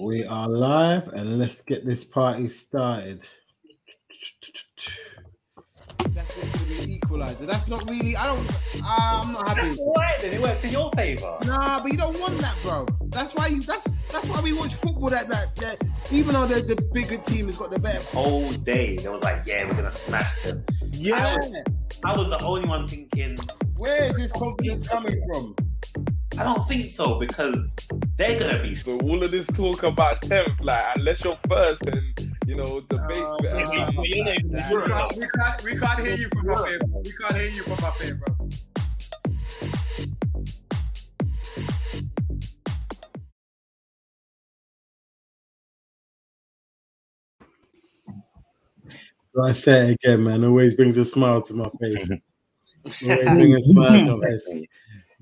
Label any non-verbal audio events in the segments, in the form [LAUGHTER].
We are live and let's get this party started. That's it for the equalizer. That's not really. I don't. ah, I'm not happy. That's alright then. It works in your favour. Nah, but you don't want that, bro. That's why you. That's that's why we watch football. That that, that even though the, the bigger team has got the better. Whole day they was like, yeah, we're gonna smash them. Yeah. I was the only one thinking. Where is this confidence coming from? I don't think so because they're [LAUGHS] gonna be. So all of this talk about tenth, like unless you're first, and you know the Oh, base. man. You're not even We in can't, we can't, we can't hear you from up here. bro. We can't hear you from up here, bro. I say it again, man. Always brings a smile to my face. Always brings a smile to my face.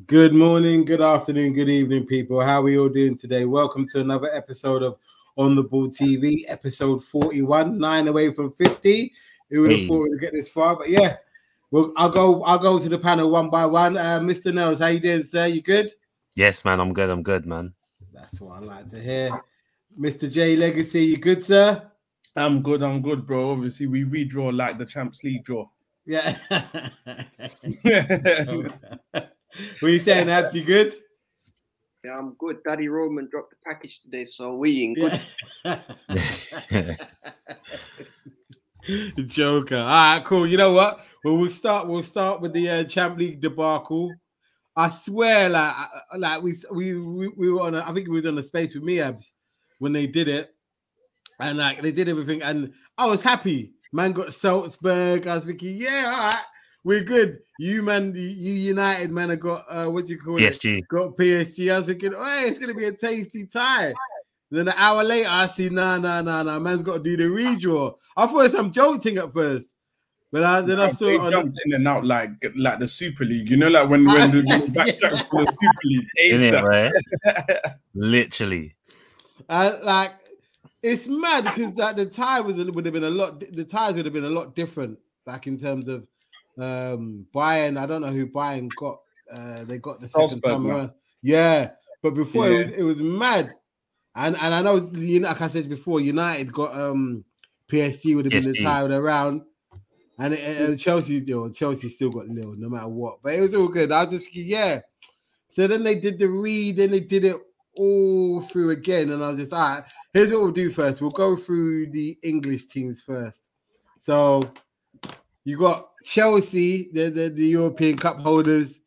Good morning, good afternoon, good evening, people. How are we all doing today? Welcome to another episode of On the Ball TV, episode 41, nine away from 50. Who would have Hey. thought we'd get this far? But yeah, well, I'll go I'll go to the panel one by one. Uh, Mr. Nels, how you doing, sir? You good? Yes, man, I'm good. I'm good, man. That's what I like to hear. Mr. J Legacy, you good, sir? I'm good, I'm good, bro. Obviously, we redraw like the Champs [LAUGHS] League draw. [LAUGHS] Yeah. [LAUGHS] yeah, what are you saying, Abs? You good? Yeah, I'm good. Daddy Roman dropped the package today, so we in good. [LAUGHS] Joker. All right, cool. You know what? Well, we'll start. We'll start with the uh, Champ League debacle. I swear, like, I- I- like we s- we we, we were on. A, I think we was on a space with me abs when they did it, and like they did everything, and I was happy. Man got Salzburg. I was thinking, yeah, all right, we're good. You man, you United man, I got uh, what do you call it? PSG. got PSG. I was thinking, oh, hey, it's gonna be a tasty tie. Then an hour later, I see, nah, nah, nah, nah, man's got to do the redraw. I thought it was some jolting at first, but I, then I saw they it on. jumped in and out like like the Super League. You know, like when [LAUGHS] when the when the backtrack for the Super League. Isn't ASAP. it, right? [LAUGHS] Literally. I, like it's mad because like the tie was a- would have been a lot. The ties would have been a lot different, like in terms of um Bayern. I don't know who Bayern got. Uh, they got the second Salzburg, time man. around. Yeah, but before it Yeah. was it was mad, and and I know you know, like I said before, United got um PSG would have been the PSG. tie around. And, it, and Chelsea, you know, Chelsea still got nil no matter what. But it was all good. I was just thinking, yeah. So then they did the read, then they did it all through again. And I was just, all right, here's what we'll do first. We'll go through the English teams first. So you got Chelsea, the, the, the European Cup holders,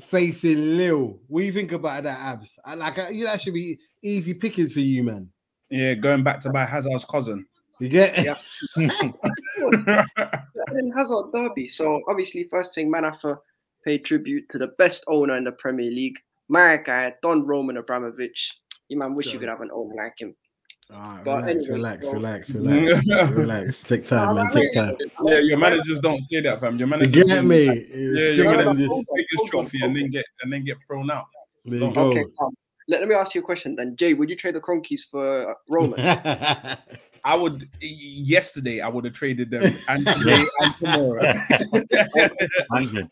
facing Lille. What do you think about that, Abs? I, like, I, yeah, that should be easy pickings for you, man. Yeah, going back to buy Hazard's cousin. You get Yeah. Eden Hazard derby. So obviously, first thing, Manafar paid tribute to the best owner in the Premier League, my guy Don Roman Abramovich. You man, wish you Sure. could have an owner like him. All right, But relax, anyways, relax, [LAUGHS] so- relax, relax, yeah, relax. Take time, man. Take time. your managers don't say that, fam. Your You managers get me? Yeah, It's you're bigger gonna than have this. the biggest trophy and then get and then get thrown out. There you go. Oh, Okay, calm. Let, let me ask you a question then, Jay. Would you trade the Cronkies for uh, [LAUGHS] Roman? I would yesterday I would have traded them and today and tomorrow. 100.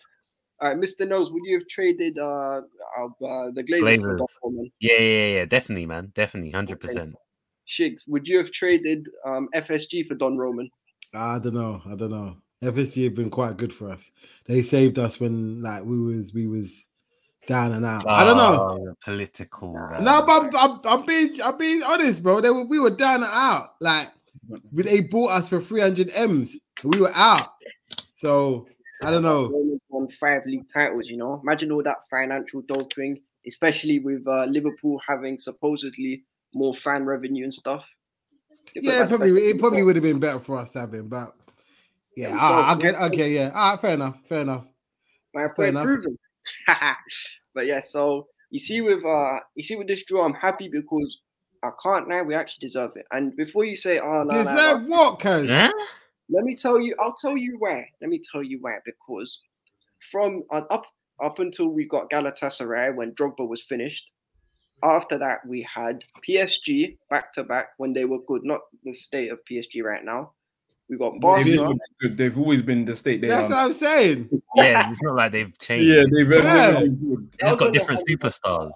All right, Mr. Nose, would you have traded uh, uh, uh, the Glazers for Glazers. Don Roman? Yeah, yeah, yeah. Definitely, man. Definitely. 100%. Shigs, would you have traded um, FSG for Don Roman? I don't know. I don't know. FSG have been quite good for us. They saved us when like we was we was down and out. I don't know. Oh, you're Political. Ah, man. No, but I'm, I'm, I'm being I'm being honest, bro. They were, we were down and out. Like we- they bought us for 300 m's. We were out. So I don't know. Roman's won five league titles, you know. Imagine all that financial doping, especially with uh, Liverpool having supposedly more fan revenue and stuff. They could've Yeah, had it probably best- it probably would have been better for us to have him, but yeah, Yeah, I, I we get okay, yeah. All right, fair enough, fair enough. my fair point enough. proven. [LAUGHS] but yeah, so you see with uh you see with this draw, I'm happy because I can't now. We actually deserve it. And before you say, oh no, no, no, Deserve what, cuz? Huh? Let me tell you. I'll tell you where. Let me tell you where. Because from uh, up up until we got Galatasaray when Drogba was finished. After that, we had PSG back to back when they were good. Not the state of PSG right now. We got They've Barca. always been good. They've always been the state they That's what are. I'm saying. Yeah, it's not like they've changed. Yeah, they've always Yeah. been good. They've just got different superstars.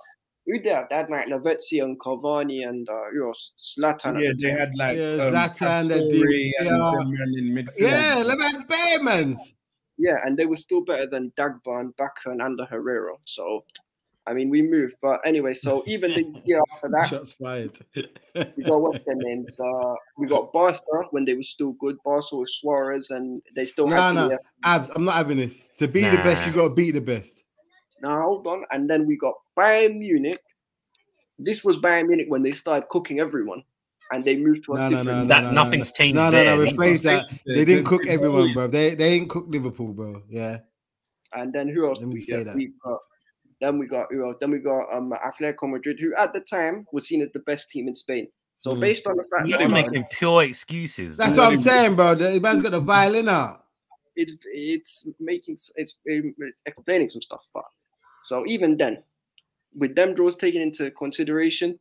who they had? They had like Lavezzi and Cavani and uh, who else? Slatan. Yeah, they had like Yeah, um, Zlatan, they did- Pastore and yeah. them man in midfield. Yeah, them had bare man. yeah, and they were still better than Dagba and Baka and Ander Herrera. So, I mean, we moved. But anyway, so even the year after that, Shots fired. we got what's their names? Uh, we got Barca when they were still good. Barca with Suarez, and they still had Nah, the, uh, Abs, I'm not having this. To be the best, you Nah. got to beat the best. Now hold on, and then we got Bayern Munich. This was Bayern Munich when they started cooking everyone, and they moved to a No, no, different. no, That no, no, nothing's changed No, no, there. no. Nico. Rephrase that. They didn't cook They're everyone, always- bro. They they ain't cooked Liverpool, bro. Yeah. And then who else? Let did me we say get? that. We got, then we got who else? Then we got um Atletico Madrid, who at the time was seen as the best team in Spain. So Mm. based on the fact You're that making pure excuses. That's man. what I'm saying, bro. The man's got the violin out. it's it's making s- it's um, explaining some stuff, but so even then, with them draws taken into consideration,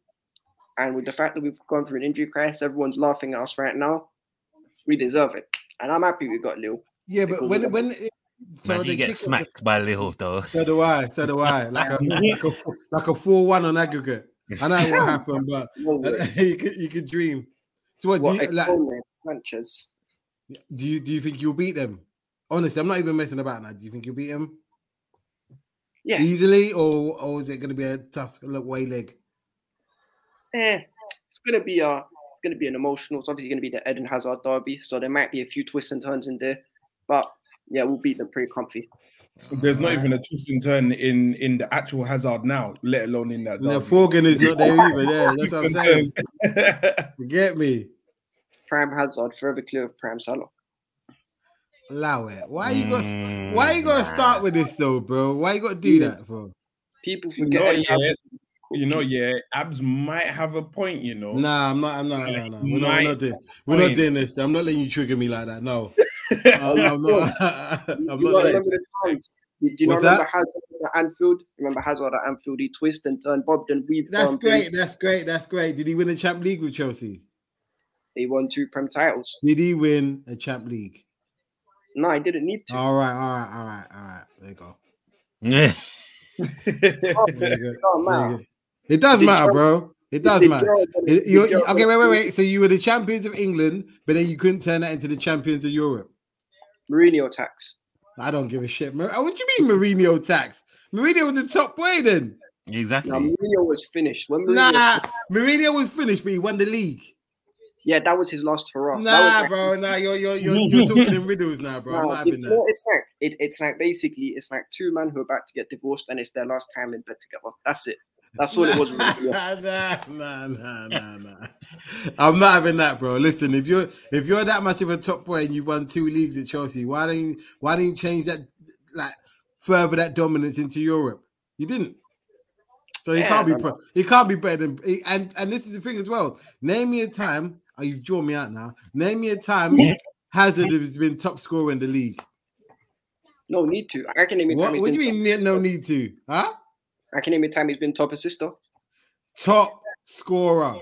and with the fact that we've gone through an injury crisis, everyone's laughing at us right now. We deserve it, and I'm happy we got Lil. Yeah, but when when it- Man, you they get kick off- smacked by Lil though. So do I. So do I. Like a like [LAUGHS] a like a four one on aggregate. [LAUGHS] I know what happened, but No way. you could you could dream. So what, What Uh, [LAUGHS] do you, like, Ekone, Sanchez? do you do you think you'll beat them? Honestly, I'm not even messing about now. Do you think you'll beat them Yeah, easily, or or is it going to be a tough look way leg? eh, it's gonna be a it's gonna be an emotional. It's obviously gonna be the Eden Hazard derby, so there might be a few twists and turns in there, but yeah, we'll beat them pretty comfy. There's not even a twist and turn in in the actual Hazard now, let alone in that. No, derby. Forgan is not there either. [LAUGHS] Yeah, [LAUGHS] that's Twist what and I'm saying. turns. [LAUGHS] You get me? Prime Hazard forever clear of Prime Salah. Allow it. Why you got? Mm, Why you gotta nah. start with this though, bro? Why you gotta do that, bro? People You forget. know, Eden yeah, Hazard- you know, yeah. Abs might have a point, you know. [LAUGHS] Nah, I'm not. I'm not. No, no. We're not, we're Might- not doing. We're not might. doing this. I'm not letting you trigger me like that. [LAUGHS] No, I'm, I'm not. [LAUGHS] I'm You not. do not letting- remember the times. You do not What's remember that? Hazard at Anfield? Remember Hazard at Anfield? He twist and turn, bobbed and weaved. That's um, great. That's great. That's great. Did he win a champ league with Chelsea? He won two Prem titles. Did he win a champ league? No, he didn't need to. All right. All right. All right. All right. There you [LAUGHS] go. Mm. There you it go. don't There you matter. go. It does Did matter, Chelsea- bro. It does Oh, Did matter. Gerald- It- did you- you- Gerald- okay, wait, wait, wait. So you were the champions of England, but then you couldn't turn that into the champions of Europe. Mourinho tax. I don't give a shit. Mar- oh, What do you mean Mourinho tax? Mourinho was a top boy then. [LAUGHS] exactly. Now Mourinho was finished. When Mourinho, Nah, Mourinho was finished, but he won the league. yeah, that was his last hurrah. That Nah, was like- bro. Nah, you're you're you're, you're talking in riddles now, bro. I'm Nah, not you having know that. what it's like it, it's like basically it's like two men who are about to get divorced and it's their last time in bed together. That's it. That's all it [LAUGHS] was. with Mourinho. Nah, nah, nah, nah, nah. I'm not having that, bro. Listen, if you're if you're that much of a top boy and you've won two leagues at Chelsea, why don't you why don't you change that like further that dominance into Europe? You didn't. So he Yeah, can't be man. pro- he can't be better than he- and and this is the thing as well. Name me a time. Oh, you've drawn me out now. Name me a time Hazard has been top scorer in the league. No need to. I can name a time. What, he's what do been you mean? ne- No need to, huh? top- I can name a time he's been top assister. Top scorer.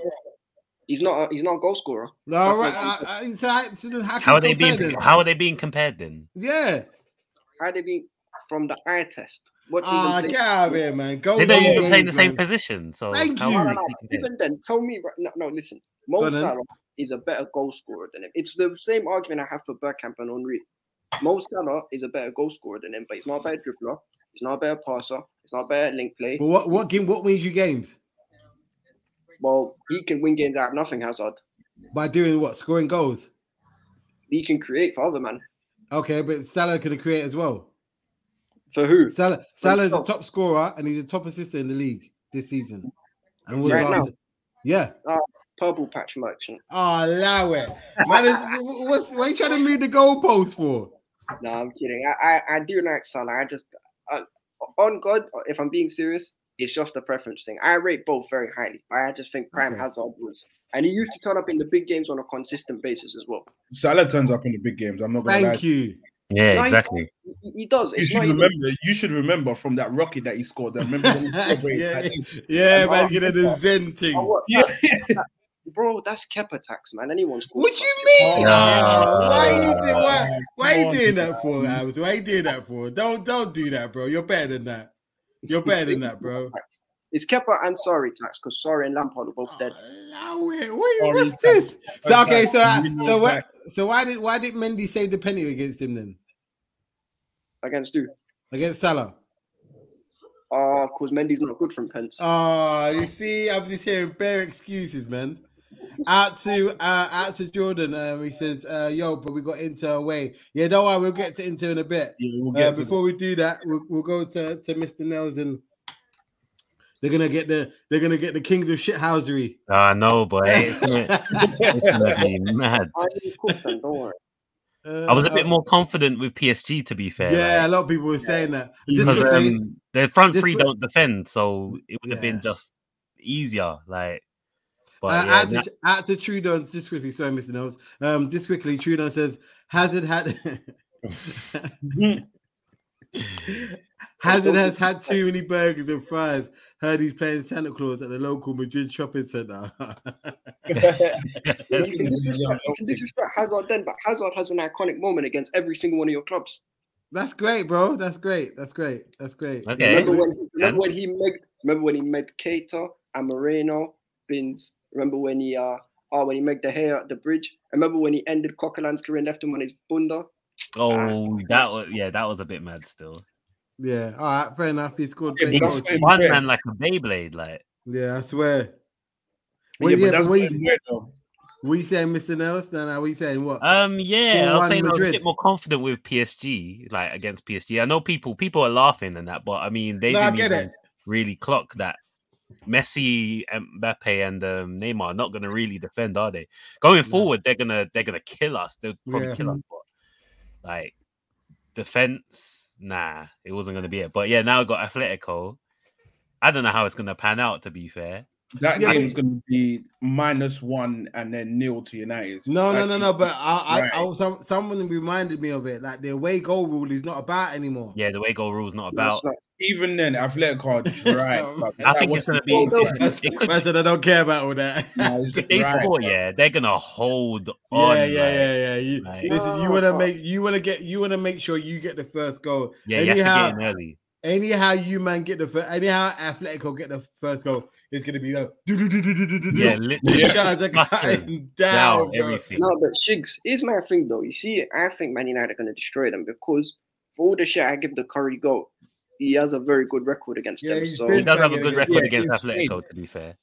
He's not. A, he's not a goal scorer. No, all right. That's I, not- I, it's like- so then how, can How you are they compare being? them? How are they being compared then? Yeah. How did he from the eye test? What do you Ah, think? get out of here, man. Go They don't go, even go, play in the same man. position. So Thank how you. are No, they no, no. compared? Even then, tell me right no, no listen. Go Mo on then. Salah is a better goal scorer than him. It's the same argument I have for Bergkamp and Henri. Mo Salah is a better goal scorer than him, but he's not a better dribbler. He's not a better passer. He's not a better link play. But what what game? What wins you games Well, he can win games out of nothing, Hazard. by doing what? Scoring goals. He can create for other man. Okay, but Salah can create as well. For who? Salah Salah is a sure. top scorer and he's a top assistant in the league this season. And was Right last- now. Yeah. Purple patch merchant. Oh, allow it, man. is- [LAUGHS] what's what are you trying to move the goalposts for? No, I'm kidding. I, I, I do like Salah. I just, I, on God, if I'm being serious, it's just a preference thing. I rate both very highly. but I just think Prime Okay. Hazard was, and he used to turn up in the big games on a consistent basis as well. [LAUGHS] Salah turns up in the big games. I'm not gonna lie. Thank you. Yeah, Like- exactly. He, he does. You It's should not even, remember. You should remember from that rocket that he scored. That remember when he [LAUGHS] scored where he Yeah, had yeah. it? Yeah, man. You know the Zen thing. Oh, what, Yeah. bro, that's Kepa tax, man. Anyone's called What you mean? Ah. Oh, why you do, why, why come you on, doing that for, Abs? Why you doing that for? Don't don't do that, bro. You're better than that. You're better than that, bro. tax. It's Kepa and Sorry tax because Sorry and Lampard are both dead. Allow it. What- Sorry, what's Sam. this? So okay, so Sorry, I- Sam. so what? So why did why did Mendy save the penalty against him then? Oh. Against who? Against Salah? Oh, because Mendy's not good from pens. Oh, you see, I'm just hearing bare excuses, man. Out to uh, out to Jordan. Um, he says, uh, "Yo, but we got Inter away. Yeah, don't worry, we'll get to Inter in a bit. Yeah, we'll Uh, get to before we do that, we'll, we'll go to, to Mr. Nelson. They're gonna get the they're gonna get the kings of shithousery. I know, boy. [LAUGHS] It's gonna, it's gonna be mad. I didn't cook them, don't worry. I was a bit more confident with PSG, to be fair. Uh, Yeah, a like, lot of people were saying that. Just because because they- um, their front this three was- don't defend, so it would have Yeah. been just easier. Like, but Uh, yeah, add, na- to, add to Trudeau just quickly. Sorry, Mr. Knowles. Um, just quickly, Trudeau says Hazard had [LAUGHS] Hazard has had too many burgers and fries. Heard he's playing Santa Claus at the local Madrid shopping center. [LAUGHS] You can disrespect, you can disrespect Hazard then, but Hazard has an iconic moment against every single one of your clubs. [LAUGHS] That's great, bro. That's great. That's great. That's great. Okay. Remember Remember when? Remember when he made? Remember when he made Keita and Moreno Bins? Remember when he uh oh when he made the hair at the bridge? Remember when he ended Coquelin's career and left him on his bunda? oh, [LAUGHS] that was yeah, that was a bit mad. Still, when- Yeah. All right. Fair enough. He scored. Yeah, great he but goals. that's- spun man like a Beyblade. Like, Yeah, I swear. What, yeah, yeah, but that's but what, what you, weird though. what you saying, Mr. Nelson? No, no, what you saying? What? um, yeah, I Full-on was saying I was a Madrid. bit more confident with PSG, like against PSG. I know people people are laughing and that, but I mean they No, I didn't get it. even really clock that. Messi, Mbappe, and um, Neymar are not going to really defend, are they? Going No. forward, they're gonna they're gonna kill us. They'll probably Yeah. kill us. But, like defense, nah, it wasn't going to be it. But yeah, now I got Atletico. I don't know how it's going to pan out. To be fair, That Yeah, but- game's going to be minus one and then nil to United. No, no, That no, is- no. But I, Right. I, I some, someone reminded me of it. Like the away goal rule is not about anymore. yeah, the way goal rule's not about. even then, Athletic are dry. bruv. I think it's [LAUGHS] gonna be- Nah, [LAUGHS] That's, [LAUGHS] It could- I said I don't care about all [LAUGHS] that. [LAUGHS] it's If they dry. score, yeah, they're gonna hold on. yeah, yeah, like- yeah, yeah. You, like- Listen, you want to No. make, you want to get, you want to make sure you get the first goal. yeah, you anyhow, have to get in early. anyhow, you man get the first. Anyhow, Atletico get the first goal. It's gonna be like, do do do do do do do. Yeah, [LAUGHS] literally You guys [LAUGHS] are fucking cutting down. down bro. everything. No, but Shigs, here's my thing though. You see, I think Man United are going to destroy them because for all the shit I give the Curry go, he has a very good record against Yeah, them. he's So He been- does have a Yeah, good yeah, record yeah, against it's Spain. Atletico, to be fair.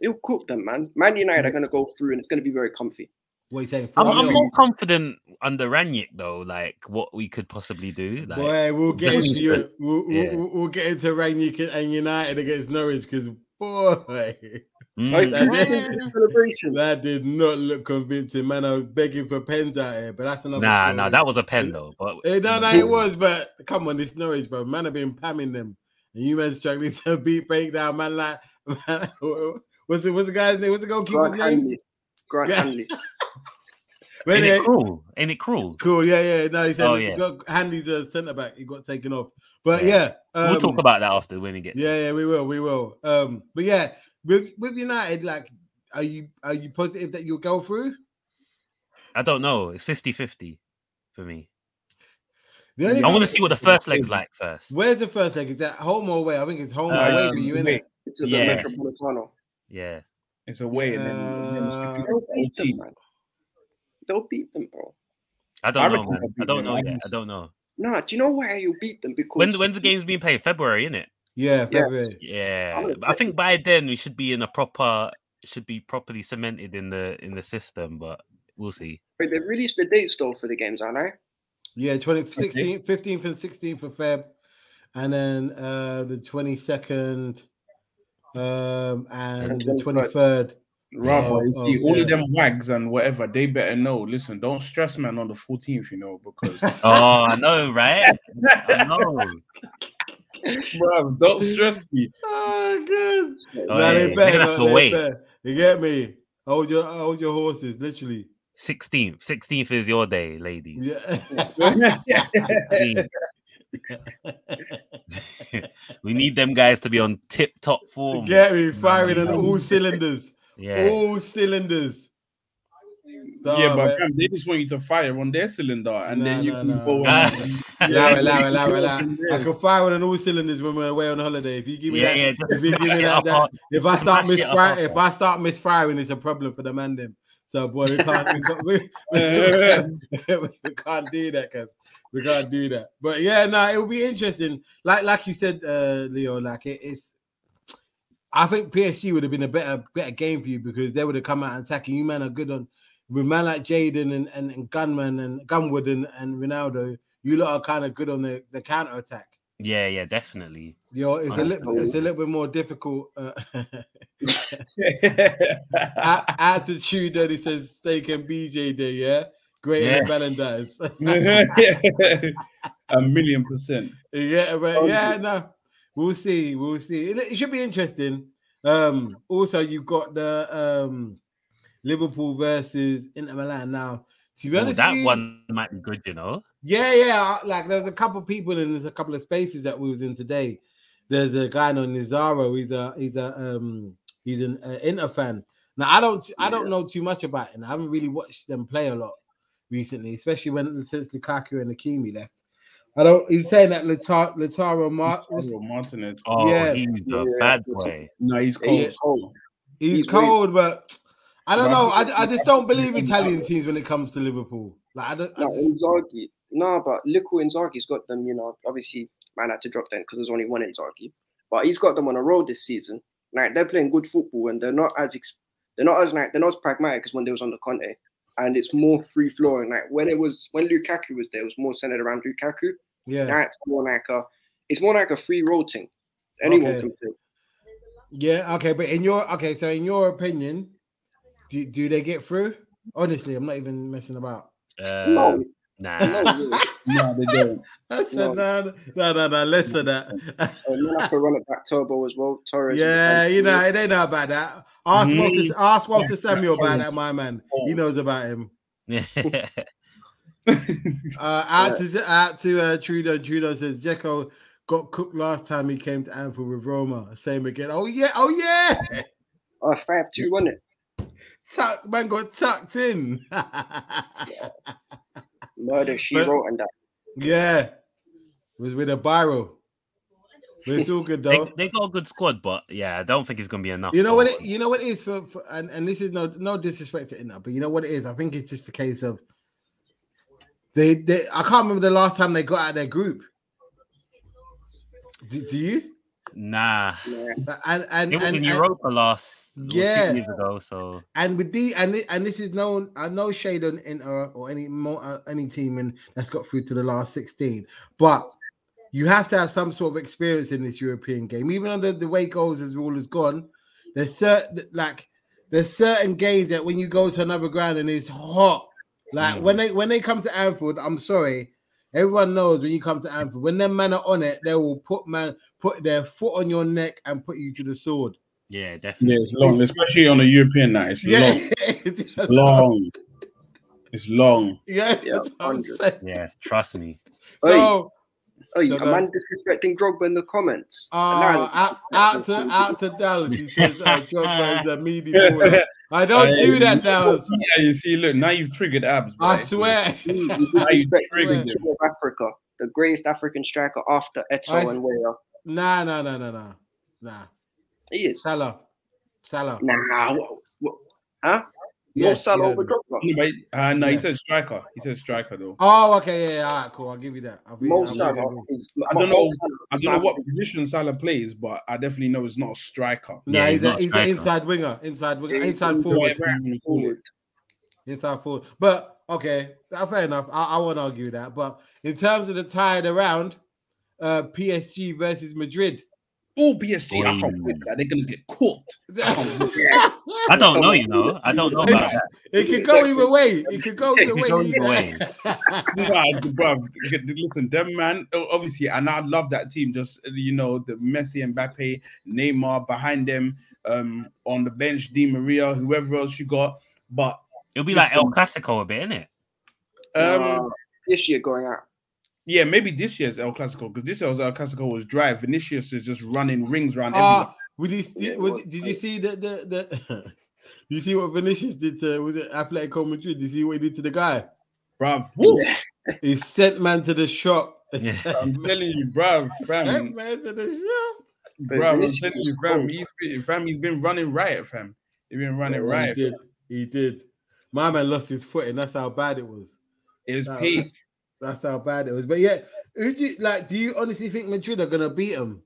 he'll cook them, man. Man United are going to go through and it's going to be very comfy. What are you saying? I'm, Four I'm nil? more confident under Ranić though, like what we could possibly do. Like, Boy, we'll get Just- into you. We'll, we'll- Yeah. we'll, we'll get into Rangnick and United against Norwich because boy, [LAUGHS] mm, Oh, you that- listen to the celebration. that did not look convincing. Man, I was begging for pens out here, but that's another. nah, story. nah, that was a pen though. But Eh, no, no, it was, but come on, it's Norwich, bro. Man, have been pamming them, and you man struggling [LAUGHS] to beat breakdown. Man, like, man, [LAUGHS] what's it? What's the guy's name? What's the goalkeeper's Grant name? Hanley. Grant Yeah. Hanley. But ain't anyway, it cruel? Ain't it cruel? cool, yeah, yeah. No, he said Oh, he yeah. got Hanley's a centre back. He got taken off, but yeah, Yeah. um, we'll talk about that after when we get. Yeah, yeah, we will, we will. Um, but yeah, with with United, like, are you are you positive that you'll go through? I don't know. It's 50-50 for me. The I only want to see what the first leg's like first. Where's the first leg? Is that home or away? I think it's home or Uh, away for you, innit? It's just Yeah. a Metropolitano. Yeah. It's away, and then, and then it's the- Uh, They'll beat OT. them, man. They'll beat them, bro. I I don't know, reckon man. they'll I beat don't them. know I yet. I just- don't know. Nah, do you know why you'll beat them? Because When when's the game's being played? February, isn't it? Yeah, February. Yeah. gonna but I check think it. by then we should be in a proper should be properly cemented in the in the system, but we'll see. Wait, they released the dates though for the games, aren't they? Yeah, 20, 16th, 15th and 16th of Feb. And then uh the 22nd um and the 23rd. Rather, Yeah. you see, Oh, all yeah. of them wags and whatever, they better know. Listen, don't stress man on the 14th, you know, because [LAUGHS] Oh, I know, right? I know. bruv, don't stress me. Oh good. Oh, Nah, yeah, they They're better gonna have not, to they wait. better. You get me? Hold your hold your horses, [LAUGHS] literally. Sixteenth. Sixteenth is your day, ladies. Yeah. [LAUGHS] [LAUGHS] Sixteenth. [LAUGHS] we need them guys to be on tip top form. Get me firing on all Mm. cylinders. Yeah. All cylinders. Nah, yeah, but mate. fam, they just want you to fire on their cylinder, and then Nah, you nah, can nah, go. nah. and- [LAUGHS] Allow it, allow it, allow it, allow Yes. it. I can fire on all cylinders when we're away on holiday. If you give me Yeah, that, yeah, just if you give smash me it that, up, that up. if I start Smash it up, misfiring, up. if I start misfiring, it's a problem for the man them. So boy, we can't, we can't, we, we [LAUGHS] can't do that, cause we can't do that. But yeah, no, it'll be interesting. Like like you said, uh, Leo, like it, it's. I think PSG would have been a better better game for you because they would have come out and attacking. You man are good on with man like Jaden and, and, and Gunman and Gunwood and, and Ronaldo. You lot are kind of good on the, the counter attack. Yeah, yeah, definitely. You know, it's a Oh, little cool. it's a little bit more difficult. Uh, [LAUGHS] A- attitude that he says steak and BJ day, yeah. Greater than Valentine's. [LAUGHS] a million percent. [LAUGHS] yeah, but yeah, no. We'll see. We'll see. It, it should be interesting. Um, also you've got the um Liverpool versus Inter Milan now. To be Ooh, honest, Oh, that with you, one might be good, you know. Yeah, yeah. I- Like there's a couple people and there's a couple of spaces that we was in today. There's a guy named Nizaro. He's a he's a um he's an uh, Inter fan. Now I don't I don't know too much about him. I haven't really watched them play a lot recently, especially when since Lukaku and Hakimi left. I don't. He's saying that Latar, Lataro Mar- Alvaro Martinez. Oh, Yeah. he's a Yeah, bad that's boy. No, he's Yeah, he's cold. cold. he's, He's weird. cold, but I don't But I know. think I, I just don't believe he's- Italian teams when it comes to Liverpool. Like I don't. I No, just- Inzaghi. No, but Lico Inzaghi's got them, you know, obviously, man had to drop them because there's only one Inzaghi. But he's got them on a roll this season. Like, they're playing good football and they're not as, ex- they're not as, like, they're not as pragmatic as when they was on the Conte. And it's more free flowing. Like, when it was, when Lukaku was there, it was more centered around Lukaku. yeah. Now it's more like a, it's more like a free roll thing. Anyone Okay. can play. Yeah, okay, but in your okay, so in your opinion, do, do they get through? Honestly, I'm not even messing about. Uh, no, no, [LAUGHS] Nah. really. No, they don't. I said no, no, no, no, less of [LAUGHS] that. And then I could run it back Turbo as well. Torres. and yeah, Sancho. you know, they know about that. Ask Mhm. Walter, ask Walter Samuel about that, my man. He Cold. knows about [LAUGHS] him. yeah, Uh, out to out to uh, Trudeau. Trudeau says Jekyll got cooked last time he came to Anfield with Roma. Same again. Oh yeah, oh yeah. Oh, 5 2, wasn't it? Tuck, man got tucked in. [LAUGHS] Murder, she But- wrote, and that. Yeah, was with a barrel. But it's all good they, though. they got a good squad, but yeah, I don't think it's gonna be enough. You know what? for- It, you know what it is for, for and, and this is no no disrespect to Inter, but you know what it is. I think it's just a case of they they. I can't remember the last time they got out of their group. Do, do you? Nah, Yeah. And and it was and, in and, Europa last yeah. Yeah. two years ago, so and with the and thi- and this is no I no shade on Inter or any more uh, any team and that's got through to the last sixteen, but you have to have some sort of experience in this European game. Even under the way goals as rule is gone, there's certain like there's certain games that when you go to another ground and it's hot, like when they when they come to Anfield, I'm sorry, everyone knows when you come to Anfield when them men are on it, they will put man put their foot on your neck and put you to the sword. yeah, Yeah, definitely. it's long, especially on a European night. It's [LAUGHS] Yeah, long, long. It's long. Yeah, Yeah, that's what I'm 100. saying. Yeah, trust me. Oi. So, Oh, So you that- a man disrespecting Drogba in the comments. uh, And now- out, out to out to Dallas, he says, [LAUGHS] uh, Drogba is a [LAUGHS] meaty baller. I don't Hey, do that, you- [LAUGHS] Dallas. Yeah, you see, look, now you've triggered abs. I bro. swear. [LAUGHS] [LAUGHS] You Now you've disrespect triggered the it. King of Africa, the greatest African striker after I- Eto and Weah. Nah, nah, nah, nah, nah, nah. He is. Salah, Salah. Nah. What, what, huh? no Yes, Salah yeah. over Drogba. Anyway, uh, no, Yeah. he said striker. He said striker though. Oh, okay, yeah, yeah, all right, cool. I'll give you that. I'll be, Mo I'll be- Salah is. I don't Mo know- Salah I is don't know not- what position Salah plays, but I definitely know it's not a striker. Nah, Yeah, he's he's, a, not a he's an striker. inside winger, inside winger, He's inside a- forward, Whatever you wanna call it. forward. inside forward. But okay, uh, fair enough. I, I won't argue that. But in terms of the tied around, uh, PSG versus Madrid. Oh, PSG, I can't Boy. wait for that. They're gonna get cooked. [LAUGHS] Yes. I don't know, you know. I don't know about that. It could go either way. It could go either could way. [LAUGHS] go you either know. way. [LAUGHS] Nah, bruv, get- listen, them man, oh, obviously, and I love that team. Just you know, the Messi, Mbappe, Neymar behind them, um, on the bench, Di Maria, whoever else you got. But It'll be like El Listen. Clasico a bit, innit? um, Uh, this year going out. yeah, maybe this year's El Clasico because this year's El Clasico was dry. Vinicius is just running rings around Ah, everyone. would you see, Yeah, was well, it- did you I- see the [LAUGHS] the, the you see what Vinicius did to was it Atletico Madrid? You see what he did to the guy? bruv. He sent man to the shop. Yeah. I'm telling you, bruv, Sent fam, man to the shop. bruv. I'm Vinicius telling is you, fam. cold. He's been, fam. He's been running riot, fam. He's been running He riot. did. He did. My man lost his foot, and that's how bad it was. It was No. peak. That's how bad it was. But yeah, who do you like? Do you honestly think Madrid are gonna beat them?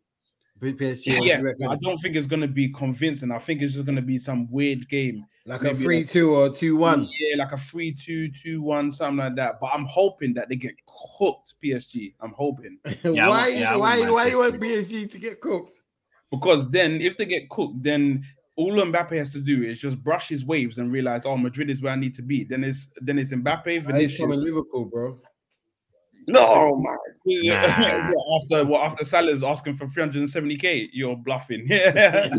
PSG, or do you Yes, reckon but I don't think it's gonna be convincing. I think it's just gonna be some weird game. like a maybe three-two or two-one. Yeah, like a 3 2, 2 1, something like that. But I'm hoping that they get cooked, PSG. I'm hoping. I why? won't- yeah, I why? wouldn't Why mind you want PSG to get cooked? Because then, if they get cooked, then all Mbappe has to do is just brush his waves and realize, oh, Madrid is where I need to be. Then it's then it's Mbappe, I ain't coming Vinicius. Liverpool, bro. No, [LAUGHS] man. [LAUGHS] Yeah, after well, after Salah is asking for 370k, you're bluffing. [LAUGHS] [LAUGHS] Yeah,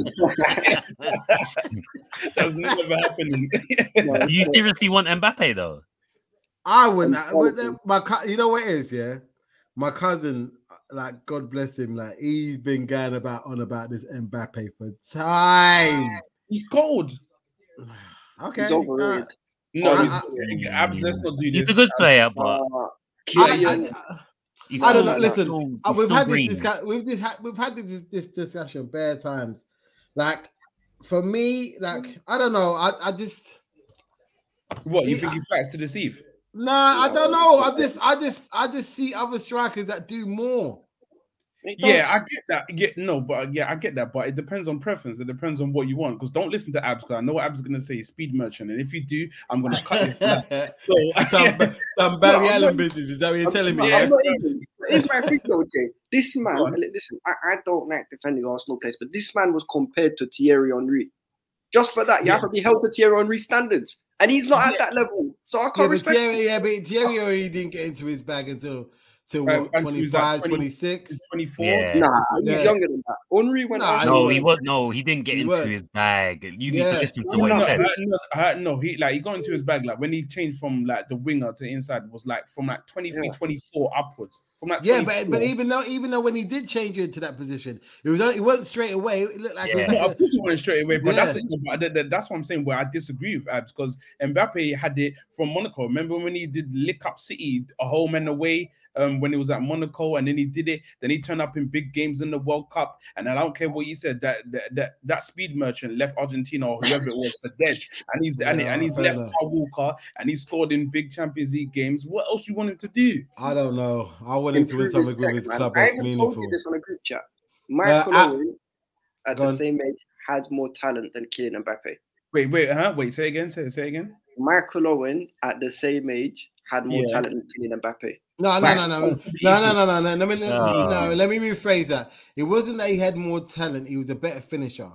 that's never happening. [LAUGHS] Do you seriously want Mbappe though? I wouldn't. I, sorry, but then my cou- you know what it is, yeah. My cousin, like God bless him, like he's been going about on about this Mbappe for time. He's cold. Okay, He's alright. overrated. No, I- he's, I- abs, let's not do this. He's a good player, but Uh, I, Kylian, I- I- he's I don't still- know, listen, he's still- Uh, he's we've still had green. this discuss- we've this ha- we've had this, this discussion bare times. Like for me, like I don't know. I, I just What you He- think he fights to deceive? nah, I don't know. I just I just I just see other strikers that do [LAUGHS] more. he don't- Yeah, I get that. Yeah, no, but yeah, I get that. But it depends on preference. It depends on what you want. Because don't listen to Abs. 'cause I know what Abs is gonna say. is Speed merchant, and if you do, I'm gonna [LAUGHS] cut you. So some, some Barry No, I'm Allen business. Is that what you're I'm- telling I'm me? Yeah? not even- Here's my thing, though, Jay. This man, Go on. li- listen, I, I don't like defending Arsenal players, but this man was compared to Thierry Henry. Just for that, you have to be held to Thierry Henry standards, and he's not at that level. So I can't Yeah, but respect. Thierry, yeah, but Thierry already didn't get into his bag until till Right, what, until he was 25, like 20. [LAUGHS] 26. he's 24. Yeah. Nah, he's Yeah. younger than that. Henry went Nah, out. No, I- he was no, he didn't get He into was. his bag. You need Yeah. to listen to No, what he no, said. I- no, I- no, he like he got into his bag like when he changed from like the winger to inside was like from like 23, Yeah. 24 upwards. From like Yeah, but but 24. even though even though when he did change you into that position, it was only, it wasn't straight away. It looked like, it was Yeah. like No, [LAUGHS] a- of course he went straight away, but that's Yeah. but that- that- that's what I'm saying. Where I disagree with Abs because Mbappe had it from Monaco. Remember when he did lick up City, a home and away, um, when he was at Monaco, and then he did it. Then he turned up in big games in the World Cup, and I don't care what you said. That that that, that speed merchant left Argentina or whoever it was [LAUGHS] for dead, and he's and, he- and he's Yeah, left fair Kyle Walker, and he scored in big Champions League games. What else you want him to do? I don't know. I want him to win Improve something his with his tech, man. club I that's even meaningful. told you this on a group chat. Uh, Michael I- Owen, at Go the on. same age, has more talent than Kylian Mbappe. Wait, wait, huh? Wait, say again, say say again. Michael Owen, at the same age, had more Yeah. talent than Kylian Mbappe. No, no, no, Oh, no, no, no, no, no, no. Let me let, No. no. Let me rephrase that. It wasn't that he had more talent; he was a better [LAUGHS] finisher.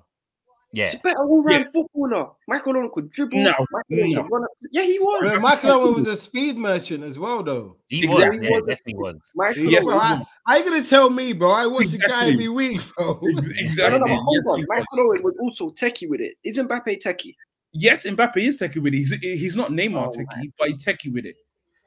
Yeah. He's a better all-round footballer. Michael Owen could dribble. No, Michael Owen no. could run up. Yeah, he was. But Michael Owen was a speed merchant as well, though. He Exactly. was, yeah, definitely was. Michael Yes, bro, Owen. [LAUGHS] I, are you gonna tell me, bro? I watch the guy Exactly. every week, bro. Ex- No, no, Exactly. no, but hold Yes, on. he Michael was. Owen was also techie with it. Is Mbappe techie? Yes, Mbappe is techie with it. He's, he's not Neymar Oh, techie, but he's techie with it.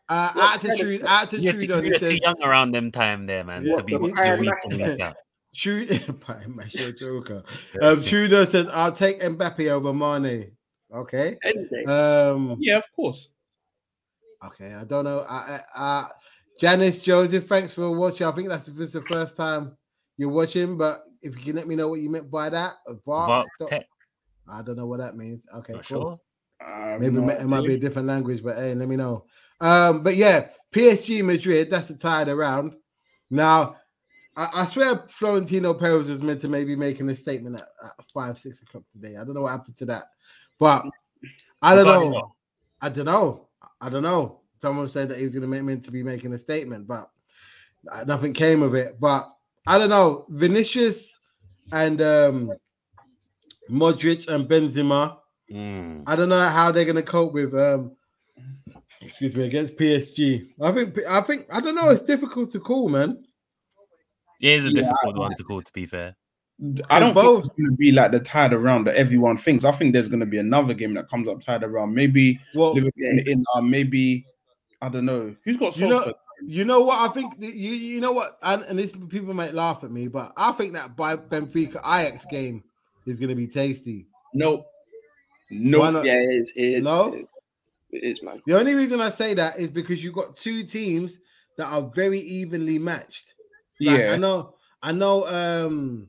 Uh, What attitude, You're too, attitude on you're it too says young around them time there, man, Yeah, to be but watching I- week in, week out. [LAUGHS] Tru- Pardon my short joker. Um, Trudeau says, "I'll take Mbappe over Mane." Okay. Anything. Um. Yeah, of course. Okay. I don't know. I, I, I, Janice Joseph, thanks for watching. I think that's this is the first time you're watching, but if you can let me know what you meant by that, a VAR, Vark don't- Tech, I don't know what that means. Okay. not cool. sure. Uh, Maybe it might be a different language, but hey, let me know. Um, but yeah, PSG Madrid, that's a tied around. Now, I, I swear Florentino Perez was meant to maybe making a statement at, at five, six o'clock today. I don't know what happened to that, but I don't Regarding know. what? I don't know. I don't know. Someone said that he was going to make meant to be making a statement, but uh, nothing came of it. But I don't know. Vinicius and um, Modric and Benzema. Mm. I don't know how they're gonna cope with um excuse me against PSG. I think I think I don't know, it's difficult to call, man. It is a difficult one to call, to be fair. I don't both. think it's going to be like the tied around that everyone thinks. I think there's going to be another game that comes up tied around. Maybe Well, Liverpool in, in uh, maybe I don't know who's got Solskjaer? You know- you know what? I think that you you know what, and, and this people might laugh at me, but I think that by Benfica Ajax game is gonna be tasty. no, Why No, not? Yeah, it is. It is No? It is, it is man. The only reason I say that is because you've got two teams that are very evenly matched. Like, I yeah, know. I know. Um,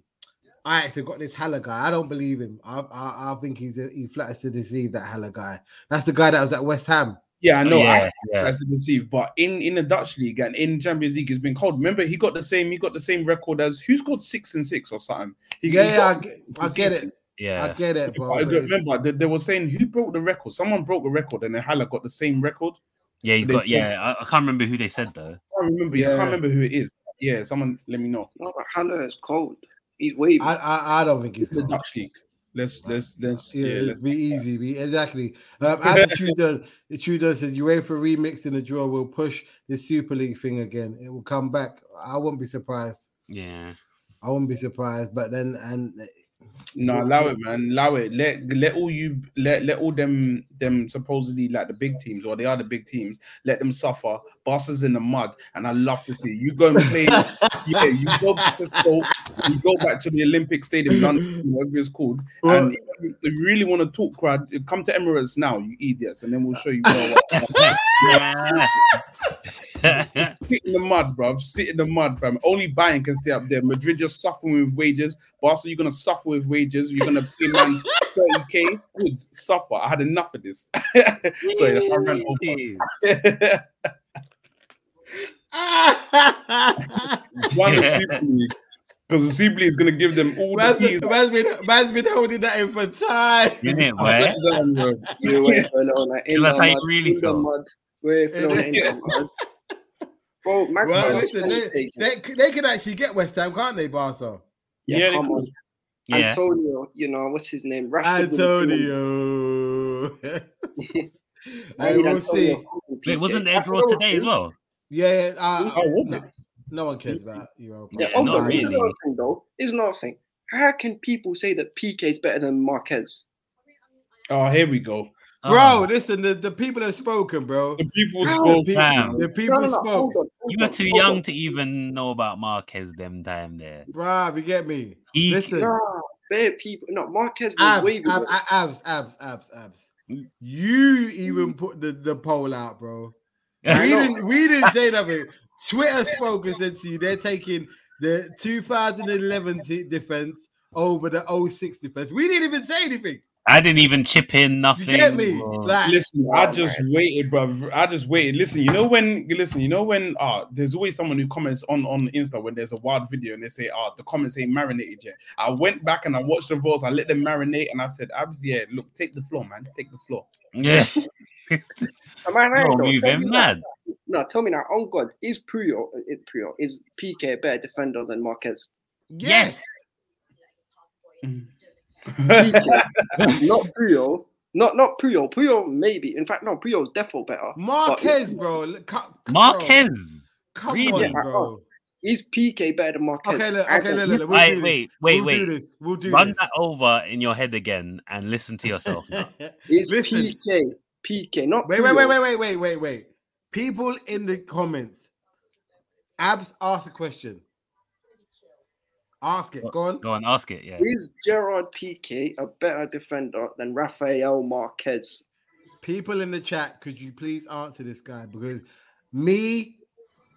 I actually got this Haller guy. I don't believe him. I I, I think he's a, he flatters to deceive that Haller guy. That's the guy that was at West Ham. yeah, I know. I- yeah, yeah. That's to conceive, but in in the Dutch league and in Champions League, it's been cold. Remember, he got the same. He got the same record as who scored six and six or something. He, he Yeah, yeah, I, got- get- I get it. I yeah. get it, bro. but but it's- remember, they, they were saying who broke the record. Someone broke the record, and then Haller got the same record. Yeah, he's So they got. chose- Yeah, I, I can't remember who they said I though. can't remember. I Yeah. can't remember who it is. Yeah, someone let me know. No, but Haller is cold. He's wavy. [LAUGHS] I, I I don't think he's It's the going. Dutch league. Let's let's let's Yeah, yeah. it'd let's, be easy. Be, exactly. [LAUGHS] Um, as Trudeau, Trudeau says, UEFA remix in the draw will push the Super League thing again. It will come back. I wouldn't be surprised. Yeah, I wouldn't be surprised. But then, and no allow it, man. Allow it. Let let all you let let all them them supposedly like the big teams or they are the big teams. Let them suffer. Bosses in the mud, and I love to see it. you go and play. yeah, you go back to Stoke. You go back to the Olympic Stadium, London, whatever it's called. Well- and if you really want to talk, crowd, come to Emirates now, you idiots, and then we'll show you. Where yeah. Just sit in the mud, bruv. Sit in the mud, fam. Only Bayern can stay up there. Madrid, you're suffering with wages. Barca, you're gonna suffer with wages. You're gonna pay man 30k. Good, suffer. I had enough of this. [LAUGHS] Sorry, that's how I ran [LAUGHS] over. [LAUGHS] One Yeah. because the Super League is gonna give them all the man's, keys. man's been man's been holding that in for time. Isn't it I swear where? to God, bro. You're waiting for a little, like, in Tell us the how you mud, really in the feel. mud. We're [LAUGHS] flowing in the mud. Bro, Maguire Well, was listen, they, they, fantastic. c- they could actually get West Ham, can't they, Barca? Yeah, Yeah, they come could. on. Yeah, Antonio, you know, what's his name? Rashford was doing- [LAUGHS] Antonio. I and need we'll see. Antonio Conte, Wait, wasn't PK. there a That's draw another today thing. as well? Yeah, uh, Oh, was it? no one cares about Europa. Yeah, Yeah, oh, not but here's really. another thing, though. Here's another thing. How can people say that PK is better than Marquez? Oh, here we go. Oh, Bro, listen, the, the people have spoken, bro. The people How? spoke. Damn. The people spoke. hold on, hold you were on, too hold young on. to even know about Marquez them time there. Bruh, you get me? He, Listen, Nah, bare people. No, Marquez was abs, waving. ab- a- abs, abs, abs, abs. Hmm. You even put the, the poll out, bro. We [LAUGHS] I know. didn't, we didn't say nothing. Twitter spoke and said to you, they're taking the 2011 t- defense over the 06 defense. We didn't even say anything. I didn't even chip in You nothing. get me? bro. Like, Listen, I just waited, bruv. I just waited. Listen, you know when listen, you know when uh there's always someone who comments on on Insta when there's a wild video and they say, uh the comments ain't marinated yet." I went back and I watched the votes. I let them marinate, and I said, "Abs, yeah, look, take the floor, man, take the [LAUGHS] floor." yeah, Am I right? bro, though? you've Tell been me mad. No, tell me now. On God, is Puyo, is Puyo, is PK a better defender than [LAUGHS] Marquez? yes. PK, not Puyo, not not Puyo. Puyo maybe. In fact, no, Puyo's defo better. Marquez, bro. look, co- co- Marquez. Come really? on, bro. Is PK better than Marquez? Okay, look, I okay, don't- look, look, look, We'll Wait, do wait, this. wait, we'll wait. do this. We'll do Run this. that over in your head again and listen [LAUGHS] to yourself. now. Is Listen. PK PK not Wait, wait, wait, Puyol. wait, wait, wait, wait, wait. People in the comments, Abs, ask a question. Ask it. Go on. Go on, ask it. Yeah. Is Gerard Piqué a better defender than Rafael Marquez? People in the chat, could you please answer this guy? Because me,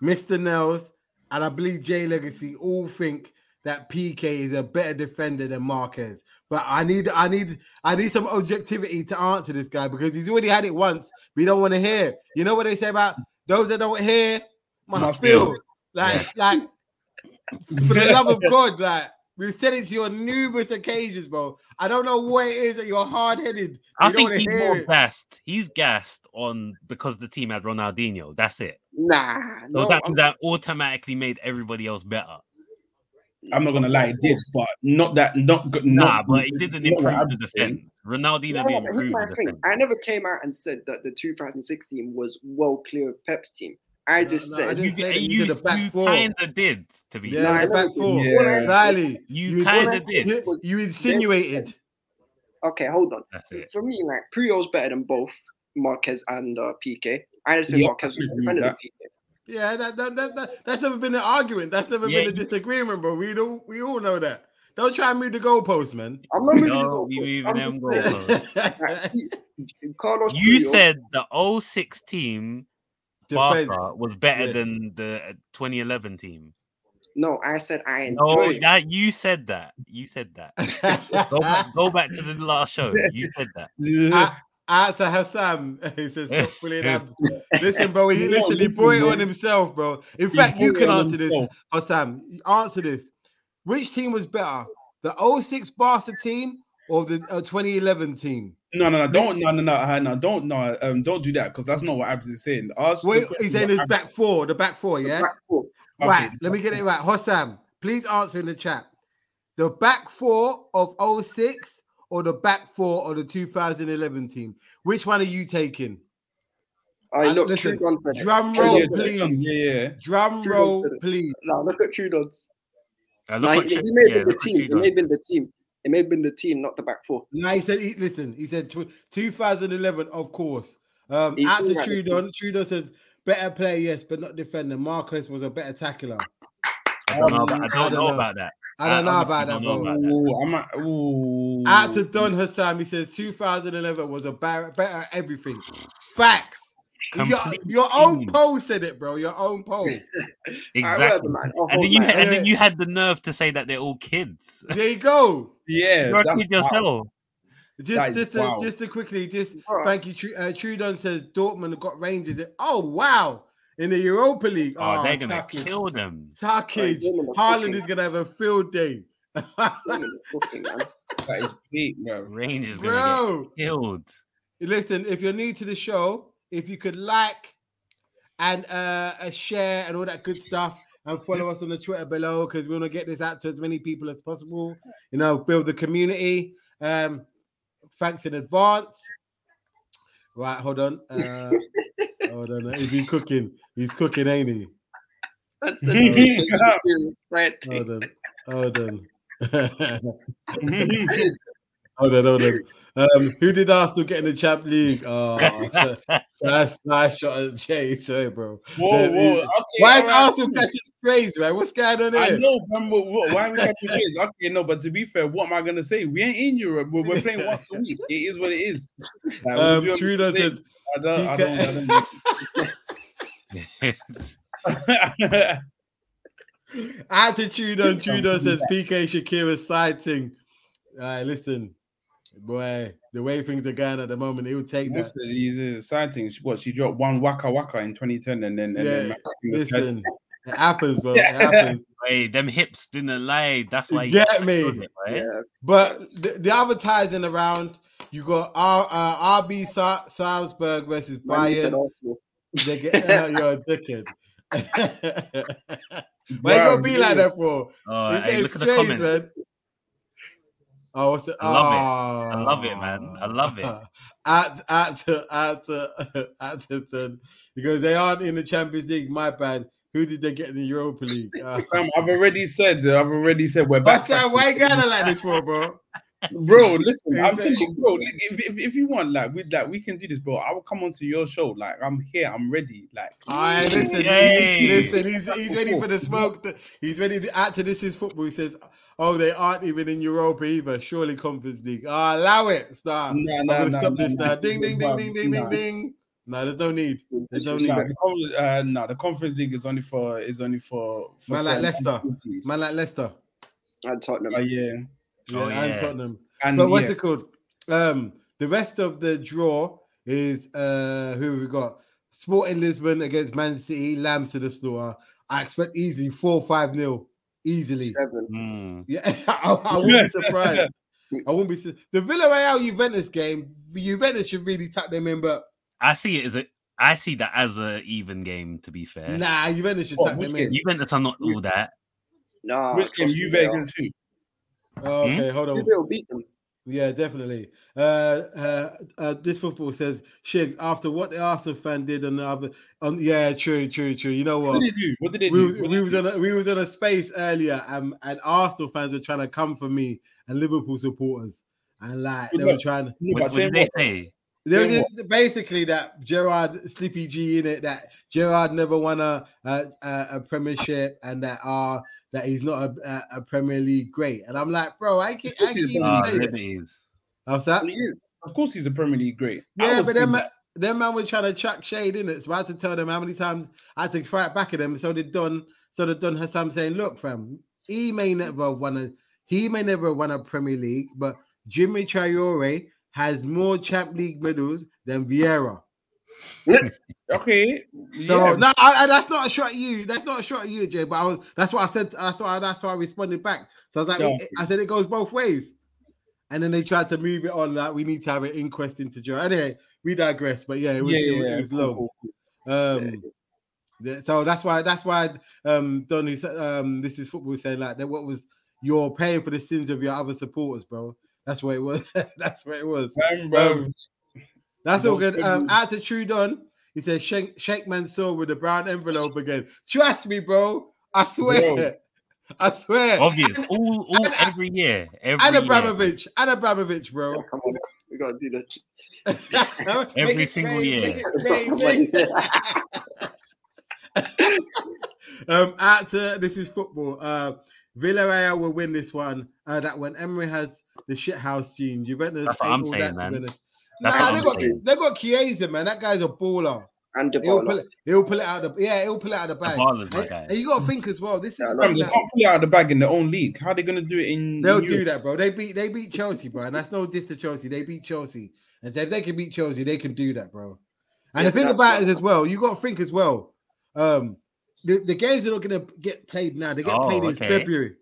Mr. Nels, and I believe Jay Legacy all think that PK is a better defender than Marquez. But I need, I need, I need some objectivity to answer this guy because he's already had it once. We don't want to hear. You know what they say about those that don't hear must, Must feel. feel. Like, like for the love [LAUGHS] of God, like we've said it to you on numerous occasions, bro. I don't know what it is that you're hard headed. I think he's hear more it. gassed. He's gassed on because the team had Ronaldinho. That's it. Nah, So no, that I'm- that automatically made everybody else better. I'm not gonna lie, it did, but not that, not good. Nah, not, but it didn't not what improve Abs the said. [LAUGHS] defense. Ronaldinho No, but didn't here's improve my the thing. defense. I never came out and said that the 2006 team was well clear of Pep's team. I No, just no, I said, didn't You, say that, you said the back four. kind of did, to be Yeah, Nah, fair. I the know back it did. four. All I Yeah. said- Riley, You you kind of said- did. you, you insinuated. okay, hold on. That's it. For me, like Puyol's better than both Marquez and uh, PK. I just think Yeah, I Marquez was agree with better than that. PK. Yeah, that, that, that, that- that's never been an argument. That's never Yeah, been a you- disagreement, bro. We do we all know that. Don't try and move the goalpost, man. I'm not moving No, we the goalposts. moving I'm them just saying. [LAUGHS] goalposts. [LAUGHS] Carlos You Puyol- said the 06 team Defense. Barca was better Yeah. than the 2011 team. no. I said I enjoy. No, it. that you said that. You said that. [LAUGHS] Go back, go back to the last show. You said that. [LAUGHS] Out to Hassan, [LAUGHS] he says, "Stop [LAUGHS] bullying Abdul." Listen, bro, he, No, listen, he listen, brought it bro. on himself, bro. In He fact, you brought can it on answer this, himself. Hassan. Oh, Answer this: Which team was better, the 06 Barca team or the uh, 2011 team? No, no, no, don't, no, no, no, uh, no, don't, no, um, don't do that because that's not what Abs is saying. Ask the Wait, he's question saying his what Abs- back four, the back four, yeah. Back four. okay. Right, let me get it right. Hossam, please answer in the chat. The back four of 06 or the back four of the 2011 team? Which one are you taking? I And look listen, Trudon said it. Drum Trudon roll, Yeah, said it. please. Yeah, yeah. Drum Trudon roll, said it. please. No, look at Trudon's. Uh, look Like, what he Ch- may have yeah, been the look what team. It Tudor- may have been the team. It may have been the team, not the back four. No, he said, he, listen, he said tw- 2011, of course. Um, He's out to talking about the Trudon. Trudon says, better player, yes, but not defender. Marcus was a better tackler. I don't know, Um, about- I don't know about that. I don't I know honestly about that, don't know bro. about Ooh, I'm at, ooh. Out to Don Hassan, he says 2011 was a bar- better at everything. Facts. Your, Complete your own team. poll said it, bro. Your own [LAUGHS] poll. Exactly. man. I'll And hold then you my- had, and Uh, then you had the nerve to say that they're all kids. There you go. yeah, You're a that's kid yourself. Oh, Just, That is just, to, wild. just to quickly, just Bro. thank you. Tru- Uh, Trudon says Dortmund got Rangers. in- Oh wow, in the Europa League. Oh, they're gonna Tuckage. kill them. Tuckage. Like, Dortmund are Haaland fucking- is gonna have a field day, Fucking man. that is peak, [LAUGHS] bro. [LAUGHS] Rangers gonna bro. get killed. Listen, if you're new to the show, if you could like and uh, uh, share and all that good stuff, and follow us on the Twitter below because we want to get this out to as many people as possible. You know, build the community. Um, thanks in advance. Right, hold on. Uh, hold on. Is he cooking? He's cooking, ain't he? [LAUGHS] That's the right. Hold on. Hold on. [LAUGHS] hold on, hold on. Um, who did Arsenal get in the Champ League? [LAUGHS] Oh, that's nice shot at Jay. Sorry, bro. Whoa, whoa. Okay, Why is all right. Arsenal catching strays, man? What's going on I here? know, fam, but what, why are we [LAUGHS] catching kids? Okay, no, but to be fair, what am I gonna say? We ain't in Europe. We're, we're playing once a week. It is what it is. Like, what Um, do you want me to Trudeau say? said, I don't, I don't, I don't, [LAUGHS] [LAUGHS] attitude on Trudeau says PK Shakira sighting. All right, listen, boy, the way things are going at the moment, he'll take that. Most of these uh, sightings, what she dropped one waka waka in 2010, and then and then Yeah, Matthew was catching- Listen, it happens, [LAUGHS] bro. It happens. Hey, them hips didn't lie. That's why You you get me. killed it, right? Yeah. But the, the advertising around, you got R, uh, RB Sa- Salzburg versus Man, you said Bayern. Arsenal. They get, [LAUGHS] uh, you're a dickhead. Why you gonna Bruh, be like that for? Oh, It's- hey, it's look at the strange, comments. man. Oh, what's it? Ah. I love I love it, man. I love it. [LAUGHS] At at to at to at [LAUGHS] to turn. because they aren't in the Champions League. My bad. Who did they get in the Europa [LAUGHS] League? Uh, Fam, I've already said, I've already said we're back. Bastian, why you gonna like this for, bro? bro, listen, I'm Exactly. telling you, bro, like, if, if, if you want, like, we like we can do this, bro. I will come onto your show. Like, I'm here, I'm ready. Like, I listen, Yay. he's, listen. He's he's ready [LAUGHS] for the smoke. th- He's ready to add to this is football. He says, "Oh, they aren't even in Europa either. Surely Conference League. Ah, allow it, star. Nah, I'm nah, gonna nah, stop nah, this nah. now. Ding, ding, ding, ding, ding, ding, Nah. ding. No, there's no need. There's no need. Nah, the, con- uh, nah, the conference league is only for is only for, for Man like certain Leicester. teams. Man like Leicester. And Tottenham. Uh, yeah, Oh, and yeah. Tottenham. and But what's yeah. it called? Um, the rest of the draw is uh who have we got? Sporting Lisbon against Man City. Lambs to the slaughter. I expect easily four five nil. Easily. Seven. Mm. Yeah, [LAUGHS] I, I wouldn't be surprised. I wouldn't be su- the Villarreal Juventus game. Juventus should really tap them in, but I see it as a I see that as a even game. To be fair, nah, Juventus should Oh, tap which them game? in. Juventus are not all that. Nah. Which game? trust me, Juve they are. against who? Oh, Hmm? okay, hold on. Juve will beat them. Yeah, definitely. Uh, uh, uh, this football says Shigs after what the Arsenal fan did on the other. On yeah, true, true, true. You know What what? did they do? What did they We do? was, What we did was they on a, we was on a space earlier, um, and Arsenal fans were trying to come for me and Liverpool supporters, and like they were trying to. do? No, What, but what say did they what? say? There Saying was this- basically that Gerard Slippy G in it that Gerard never won a a, a, a premiership and that uh that he's not a, a, a Premier League great. And I'm like, bro, I can course I he's a can Premier Ah, say that. liberties. How's that? He is. Of course, he's a Premier League great. I Yeah, was but them, thinking- them man were trying to chuck shade in it. So I had to tell them how many times I had to fight back at them. So they done, so they done Hassam saying, look, fam, he may never have won a he may never have won a Premier League, but Jimmy Traore has more Champ League medals than Vieira. okay. So yeah. no, I, I- that's not a shot at you. That's not a shot at you, Jay. But I was that's what I said. That's why that's why I responded back. So I was like, Yeah. I said it goes both ways. And then they tried to move it on like we need to have an inquest into Joe. Anyway, we digress. But yeah, it was, yeah, it, was- yeah, it was cool, long. cool, cool. Um, th- so that's why that's why um Donny sa- um this is football saying like that what was you're paying for the sins of your other supporters, bro. That's what it was. [LAUGHS] that's what it was. Damn, bro. That's all Those good. Um people- out to Trudon, he said Shake Shake Mansour with the brown envelope again. Trust me, bro. I swear. Bro. [LAUGHS] I swear. Obvious. All, [LAUGHS] all every year. Every And year. Abramovich, and Abramovich, Oh. bro. Come on, we gotta do this. [LAUGHS] Every single year. [LAUGHS] um, out to this is football. Uh, Villarreal will win this one. Uh, that when Emery has the shithouse gene, Juventus. That's what ain't I'm all that, to saying, man. be honest. That's nah, what they I'm got saying. they got Chiesa, man. That guy's a baller. And He'll pull Dybala. it. He'll pull it out of the yeah. He'll pull it out of the bag. Baller's my And, guy. and you got to think as well. This is Yeah, I Fam, they like- can't pull it out of the bag in their own league. How are they gonna do it in? They'll in do Europe? that, bro. They beat they beat Chelsea, bro. And that's no diss to Chelsea. They beat Chelsea. And so if they can beat Chelsea, they can do that, bro. And Yeah, the thing that's about right. it as well, you got to think as well. Um, the, the games are not going to get played now. They get Oh, played in okay. February.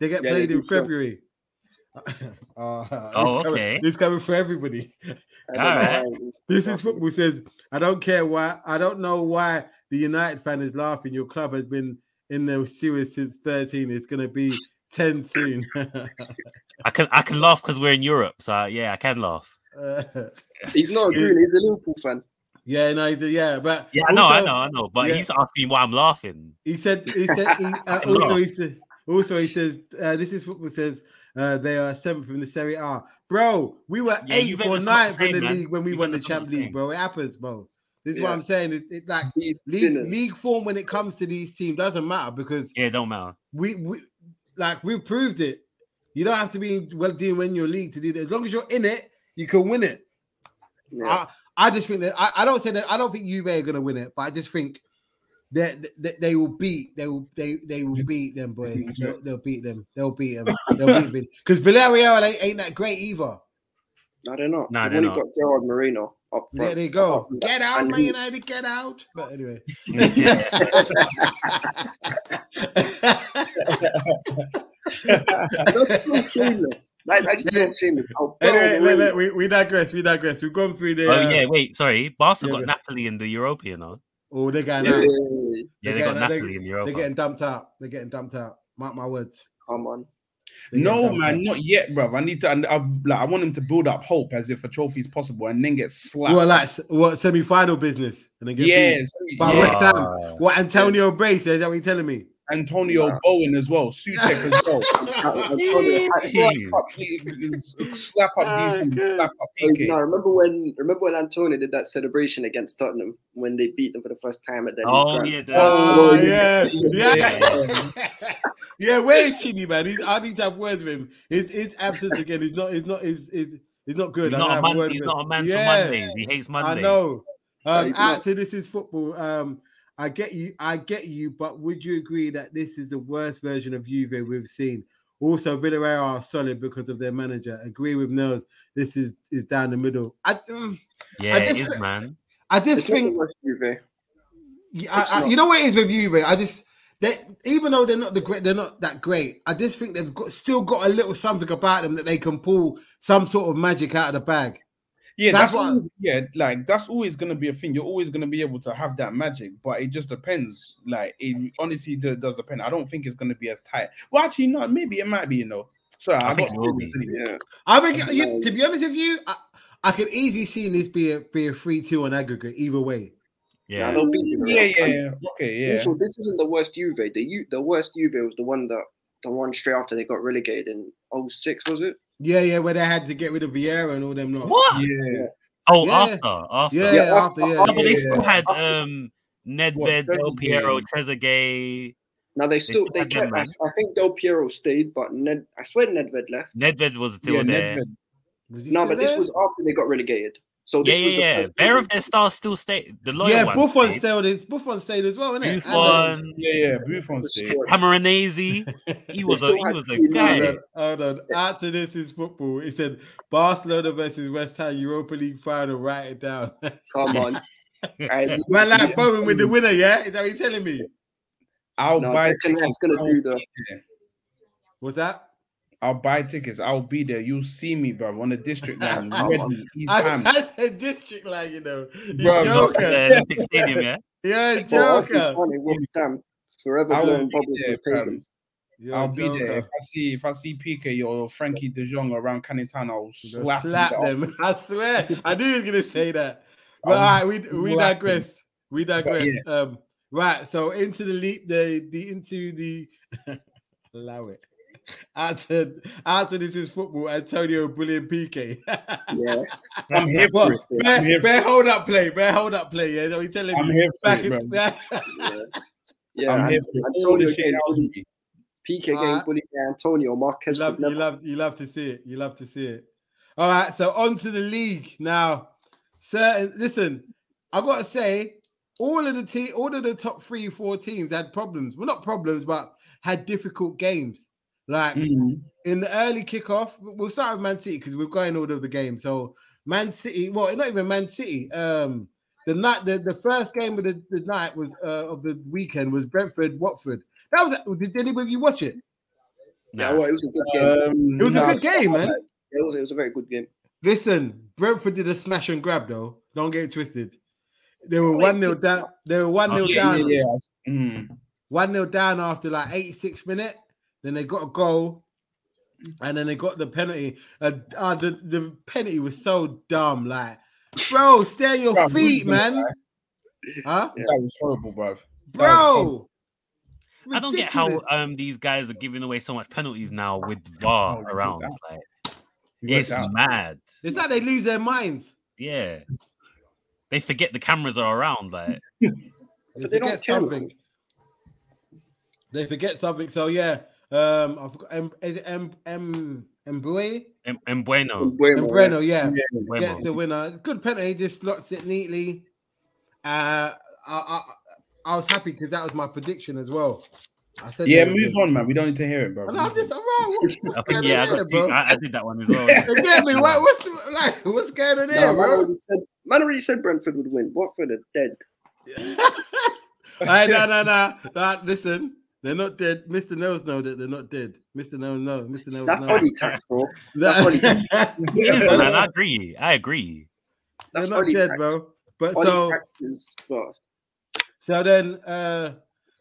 They get Yeah, they played in do still. February. [LAUGHS] oh, Oh, it's okay. Coming, it's coming for everybody. I don't know Alright. why- This is football says, I don't care why, I don't know why the United fan is laughing. Your club has been in the series since 13. It's going to be 10 soon. [LAUGHS] I can I can laugh because we're in Europe. So yeah, I can laugh. Uh, eh? He's not a green, he's a Liverpool fan. Yeah, no, he's a, yeah, but Yeah, I know, I also, know, I know. But yeah. he's asking why I'm laughing. He said, he [LAUGHS] said, he, uh, I also know. he said, also he says, uh, this is football says uh, they are seventh in the Serie A, bro. We were Yeah, eighth Juventus or are ninth the in the same, man. league when we won the Juventus are the Champions League, same. bro. It happens, bro. This is what Yeah. I'm saying. It's it, like He league didn't. league form when it comes to these teams doesn't matter because Yeah, it don't matter. we we like we proved it. You don't have to be well doing when your league to do that. As long as you're in it, you can win it. Yeah. I, I just think that I, I don't say that I don't think Juve are gonna win it, but I just think that, that they will beat they will they they will beat them boys. They'll, they'll beat them. They'll beat them. They'll beat them because Villarreal ain't, ain't that great either. No, they're not. No, They've they're only not. got Gerard Marino up There front. they go. Get out, And Man he- United. Get out. But anyway. Yeah. [LAUGHS] That's so shameless. Like, I just don't shameless. I'll throw anyway, away- look, look, we, we digress. We digress. We've gone through the. Oh uh, yeah, wait, sorry. Barca Yeah, got but- Napoli in the Europa, you know. Oh, they're going out. Yeah, Yeah, They they got got- they- Napoli in the They're Europa. getting dumped out. They're getting dumped out. Mark my words. Come on. They're getting No, dumped out. man, not yet, bruv. I need to. And I, like, I want him to build up hope as if a trophy is possible, and then get slapped. Well, like s- what semi-final business, and then get beat. yes, But yes. West Ah. Ham. What Antonio Brace? Is that what you're telling [LAUGHS] me? Antonio Nah. Bowen as well, Suchek as [LAUGHS] well. I, I told Oh, you, Slap up, [LAUGHS] slap up I, these, Oh, slap up I, no, PK. remember when remember when Antonio did that celebration against Tottenham when they beat them for the first time at the Oh yeah, the- Oh, yeah. yeah, Yeah, yeah, [LAUGHS] yeah. Where is Chidi, man? He's, I need to have words with him. His his absence again is not is not is is is not good. he's I not gotta have a man. word He's with not a him. man for Yeah. Mondays. He hates Mondays. I know. Um, he's out not. to this is football. Um, I get you. I get you. But would you agree that this is the worst version of Juve we've seen? Also, Villarreal are solid because of their manager. Agree with Nels. This is is down the middle. I mm, Yeah, it just- is, man. I just It's not the think worst Juve. Yeah, I, It's I, you know what it is with Juve. I just they even though they're not the great, they're not that great. I just think they've got still got a little something about them that they can pull some sort of magic out of the bag. Yeah, That's that's, what- always, yeah, like that's always gonna be a thing. You're always gonna be able to have that magic, but it just depends. Like it honestly do, does depend. I don't think it's gonna be as tight. Well, actually, no, maybe it might be. You know, sorry, I, think got it will serious anyway. Yeah. I think you, to be honest with you, I, I could easily see this be a be a three two on aggregate either way. Nah, Yeah, they'll beat them. Yeah, yeah, yeah. Okay, yeah. Also, this isn't the worst Juve. The U, the worst Juve was the one that the one straight after they got relegated in 06, was it? Yeah, yeah, where they had to get rid of Vieira and all them. Lot. What? Yeah. Oh, Yeah. after, after. Yeah, Yeah, after, yeah. No, but they Yeah. still had um Nedved, What, Del Trezeguet? Piero, Trezeguet, Now they still still they had kept. I, Nedved. I think Del Piero stayed, but Ned. I swear Nedved left. Nedved was still Yeah, there. Nedved. Was he No, still but this there? was after they got relegated. So Yeah, this was the yeah, yeah. first Bear season. of their stars still stay. The loyal Yeah, one. Buffon stayed. stayed. It's Buffon stayed as well, uh, isn't it? Buffon, Yeah, yeah, Buffon stayed. Cameronese. He was a still he had was a three guy. Hold on, hold on. After this is football. It said Barcelona versus West Ham Europa League final. Write it down. [LAUGHS] Come [LAUGHS] on. And Man, like Bowen with the winner, yeah? Is that what you're telling me? I'll no, buy Declan Rice tickets. gonna I'll, do the. What's that? I'll buy tickets. I'll be there. You'll see me, bro, on the district line. I- ready. East I, Ham. I said district line, you know. You Bro, no, At joker. the Olympic Stadium, [LAUGHS] yeah. You're a Well, Arsenal joker. won it, West Ham forever I will blowing be bubbles there, with fam. pagans. You're a I'll be there. joker. If I see if I see PK or Frankie De Jong around Canning Town, I'll You're slap, slap him. them. [LAUGHS] I swear. I knew he was gonna say that. But I'll all right, we we slap digress. We digress. Um right, so into the leap the the into the [LAUGHS] allow it. After after this is football, Antonio Brilliant [LAUGHS] PK. Yes. I'm here for it. What? Bear, I'm here for bear it. hold up play, bear hold up play. Yeah, are you telling I'm me? here for [LAUGHS] Back it, bro. in, bear, Yeah. [LAUGHS] Yeah. I'm and here for it. All Antonio the shit getting out of bullied. me. PK Alright. getting bullied by Antonio. you Marquez Uh, love would you never. love you love to see it. You love to see it. All right, so on to the league now. Certain listen, I've got to say, all of the team, all of the top three, four teams had problems. Well, not problems, but had difficult games. Like Mhm. in the early kickoff, we'll start with Man City because we've got in order of the game. So Man City, well, not even Man City. Um, the night, the, the first game of the, the night was uh, of the weekend was Brentford Watford. That was. Did any of you watch it? Yeah, Nah. well, it was a good game. Um, It was a nah, good game, man. It was, it was a very good game. Listen, Brentford did a smash and grab though. Don't get it twisted. They were Wait, one 0 did- down. They were one 0 Okay, Yeah, down. yeah, yeah. Mm. One 0 down after like eighty six minute. Then they got a goal, and then they got the penalty. Uh, uh, the the penalty was so dumb. Like, bro, stay on your Bro, feet, who's gonna man. Huh, That was horrible, bruv. bro? I don't get how Ridiculous. Oh, um these guys are giving away so much penalties now with VAR around. Like We worked it's out. mad. it's like they lose their minds. Yeah. They forget the cameras are around. Like They But they don't forget care, man. something. They forget something. So yeah, um, I've got M. Is it M. M. Mbue? and, Oh. and Bueno. Bueno, Mbreno, yeah, Bueno. gets the winner. Good penalty, just slots it neatly. Uh, I, I, I was happy because that was my prediction as well. I said, Yeah, they would move win. on, man. We don't need to hear it, bro. And I'm just all right. What, what's I going think yeah, I, on got here, two- bro? I, I did that one [LAUGHS] as well. You get me? What, what's like? What's going on No, here, man, bro? already said, man already said Brentford would win. Watford are dead. Hey, no, no, no, no. Listen, they're not dead. Mr. Nels know that they're not dead. Mr. Nels know. Mr. Nels That's know. body tax, [LAUGHS] bro. that's [LAUGHS] body It is, man. I They're agree. I agree. That's not body dead, tax. bro. But Body so. taxes, bro. So then, uh,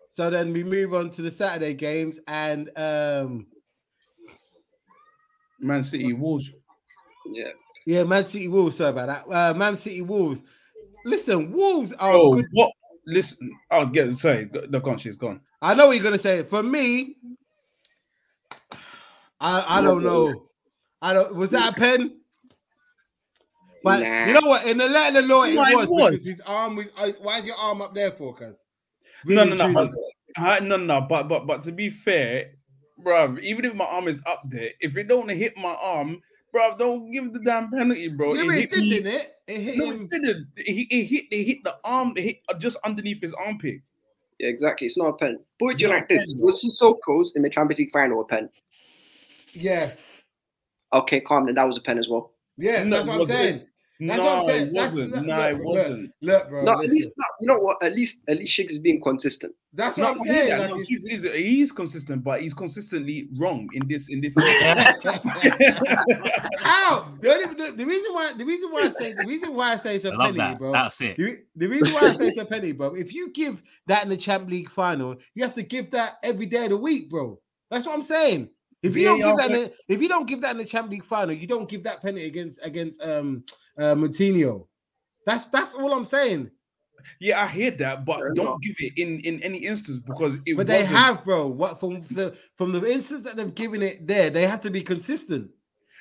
so then we move on to the Saturday games, and um, Man City Wolves. Yeah. yeah, Man City Wolves. Sorry about that. Uh, Man City Wolves. Listen, Wolves are Oh, good. what? Listen, I'll get sorry. go- The conscience is gone. I know what you're gonna say. For me, I I don't know. I don't. Was that a pen? But Nah. you know what? In the letter of the law, it No, it was, was. because his arm was. uh, Why is your arm up there for? Cause No, no, no, but- I- no, no. But but but to be fair, bruv, even if my arm is up there, if it don't hit my arm, bruv, don't give the damn penalty, bro. Yeah, It but it hit did, me- didn't it? It hit No, him. it didn't. It, it hit. It hit the arm. It hit just underneath his armpit. Yeah, exactly. It's not a pen. But It's would you not a like this? pen, bro. Was Sissoko's in the Champions League final a pen? Yeah, Okay, calm. Then that was a pen as well. yeah. No, that's what I'm was it? saying. That's no, what I'm saying. it That's- wasn't. look, no, look, it look. wasn't. Look, bro. no, at listen. least no, you know what? At least at least Shiggs is being consistent. That's No, what I'm I hear saying. that. Like, No, it's- [LAUGHS] he's, he's, he's consistent, but he's consistently wrong in this in [LAUGHS] this. How? The, only, the, the reason why the reason why I say the reason why I say it's a I love penny, that. bro. That's it. The, the reason why I say it's a penny, bro. If you give that in the Champ League final, you have to give that every day of the week, bro. That's what I'm saying. If you don't give that, in the, if you don't give that in the Champ League final, you don't give that penny against against um uh, Moutinho. That's that's all I'm saying. yeah, I hear that, but Fair don't enough. give it in in any instance because it. But they wasn't- have, bro. What from the from the instance that they've given it there, they have to be consistent.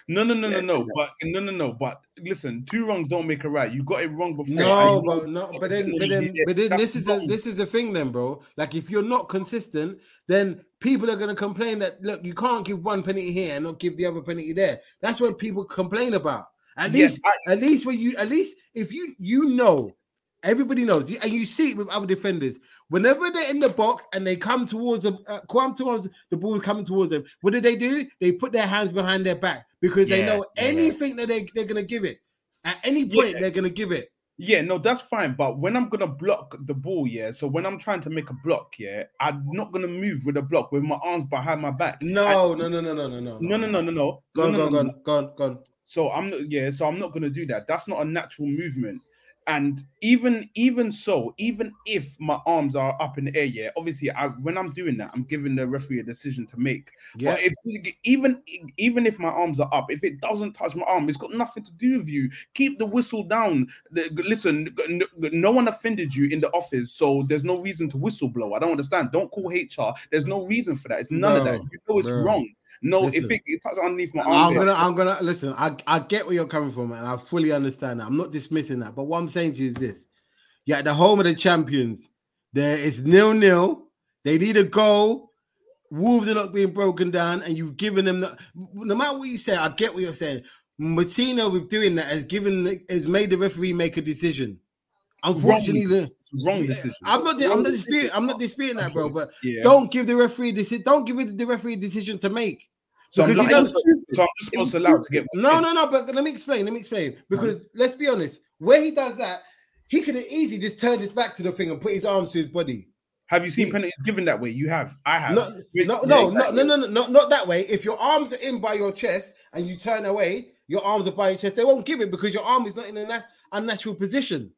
No, no, no, Yeah, no, no. yeah. But no, no, no. But listen, two wrongs don't make a right. You got it wrong before. No, and you- but no, but then, but then, but then, That's this is the wrong. this is the thing, then, bro. Like, if you're not consistent, then people are gonna complain that look, you can't give one penalty here and not give the other penalty there. That's what people complain about. At Yeah, least, at least when you, at least if you, you know, everybody knows, you- and you see it with other defenders. Whenever they're in the box and they come towards them, uh, come towards the ball coming towards them. What do they do? They put their hands behind their back because they Yeah, know yeah. anything that they they're gonna give it. At any point, they're gonna give it. Yeah, no, that's fine. But when I'm gonna block the ball, yeah. So when I'm trying to make a block, yeah, I'm not gonna move with a block with my arms behind my back. No, no, no, no, no, no, no, No, no, no, no, no. Gone, no, no, gone, no, gone, gone, gone. So I'm not, yeah, so I'm not gonna do that. That's not a natural movement. And even even so, even if my arms are up in the air, yeah, obviously I when I'm doing that, I'm giving the referee a decision to make. Yeah, But if you g- even even if my arms are up, if it doesn't touch my arm, it's got nothing to do with you. Keep the whistle down. The- g- Listen, g- n- g- no one offended you in the office, so there's no reason to whistleblow. I don't understand. Don't call HR. There's no reason for that. It's none of that. Bro, You know it's bro. wrong. No, Listen. if it, it touches underneath my arm, I'm gonna, I'm gonna listen. I, I get where you're coming from, and I fully understand that. I'm not dismissing that, but what I'm saying to you is this: you're at the home of the champions. There is nil nil. They need a goal. Wolves are not being broken down, and you've given them. The, no matter what you say, I get what you're saying. Martino, with doing that, has given, the- has made the referee make a decision. Unfortunately, it's a wrong decision. I'm not, I'm not disputing, I'm not disputing that, bro. But Yeah. don't give the referee decision. Don't give it the referee decision to make. so, I'm because just, he does- so I'm just supposed to allow to get No, no, no. But let me explain. Let me explain. Because let's be honest, where he does that, he could have easily just turned his back to the thing and put his arms to his body. Have you seen Yeah. penalties given that way? You have. I have. No, Yeah, no, no, no, exactly. no, no, no, not- not that way. If your arms are in by your chest and you turn away, your arms are by your chest. They won't give it because your arm is not in a nat- unnatural position.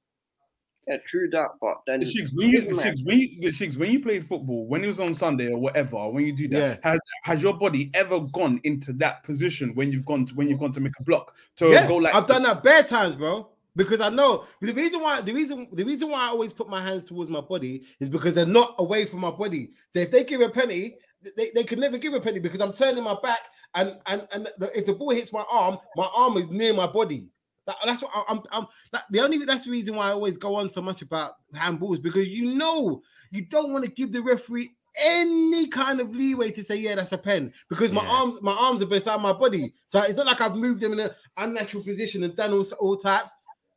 Yeah, true that, but then Shigs, when you Doesn't Shigs, when you Shigs, when you played football, when it was on Sunday or whatever, when you do that, has, has your body ever gone into that position when you've gone to when you've gone to make a block to yeah, go like I've done this? that bare times, bro. Because I know the reason why the reason the reason why I always put my hands towards my body is because they're not away from my body. So if they give a penny, th- they, they can never give a penny because I'm turning my back and and and the- if the ball hits my arm, my arm is near my body. That- that's what I, I'm. I'm that, the only that's the reason why I always go on so much about handballs because you know you don't want to give the referee any kind of leeway to say yeah that's a pen because my Yeah. arms my arms are beside my body so it's not like I've moved them in an unnatural position and done all, all types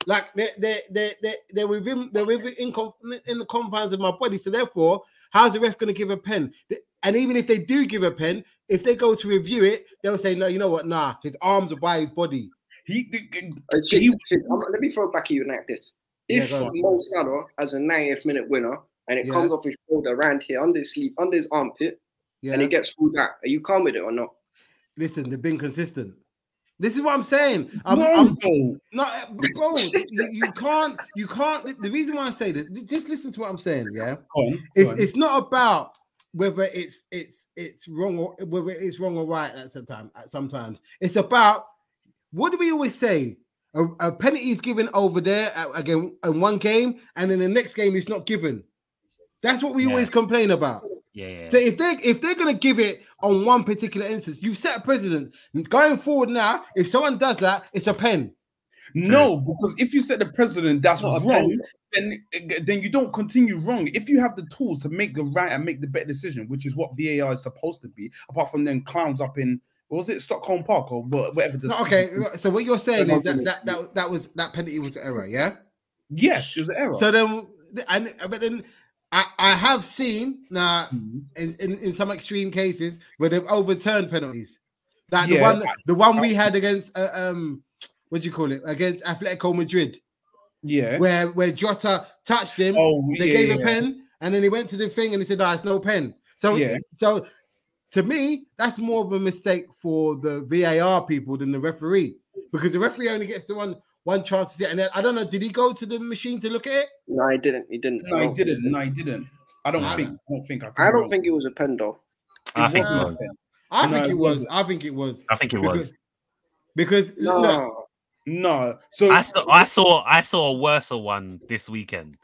like they're they they they they're within they're within in, con- in the confines of my body so therefore how's the ref going to give a pen Th- and even if they do give a pen if they go to review it they'll say no you know what nah his arms are by his body He, the- Uh, shit, He- shit, I'm- let me throw it back at you like this. Yeah, If go on. Mo Salah has a 90th minute winner and it Yeah. comes off his shoulder around here under his sleeve, under his armpit, yeah and he gets through that, are you calm with it or not? listen they've been consistent this is what I'm saying. I'm, no, I'm, though. No, uh, b- bro, you, you can't, you can't. the- The reason why I say this, th- just listen to what I'm saying. Yeah, Go on, go it's on. it's not about whether it's it's it's wrong or whether it's wrong or right at some time. At sometimes, it's about what do we always say? A, a penalty is given over there uh, again in one game, and in the next game it's not given. That's what we Yeah. always complain about. Yeah, yeah. So if they if they're gonna give it on one particular instance, you've set a precedent. Going forward now, if someone does that, it's a pen. no, because if you said the president that's Not a wrong, pen. then then you don't continue wrong. If you have the tools to make the right and make the better decision, which is what VAR is supposed to be, apart from then clowns up in what was it Stockholm Park or wha- whatever. the- No, okay, so what you're saying Yeah, is that nothing that, is- that that was that penalty was error, yeah. Yes, it was an error. So then, and but then, I I have seen now Mhm. in, in, in some extreme cases where they've overturned penalties, like the Yeah, one the one we had against uh, um what do you call it against Atletico Madrid yeah. where where Jota touched him, Oh, they yeah, gave yeah, a yeah. pen, and then he went to the thing and he said, "Ah, it's no pen." So Yeah. so to me, that's more of a mistake for the VAR people than the referee because the referee only gets the one one chance to see it. And then, I don't know, did he go to the machine to look at it? No, he didn't. He didn't. No, I he don't think didn't. No, he didn't. I don't Nah. think. I don't think. I, could I be don't wrong. think it was a pen though. I think it Yeah. was. I No, think it it was. I think it was I think it was. [LAUGHS] because because No, look, No. So I saw, I saw, I saw a worser one this weekend.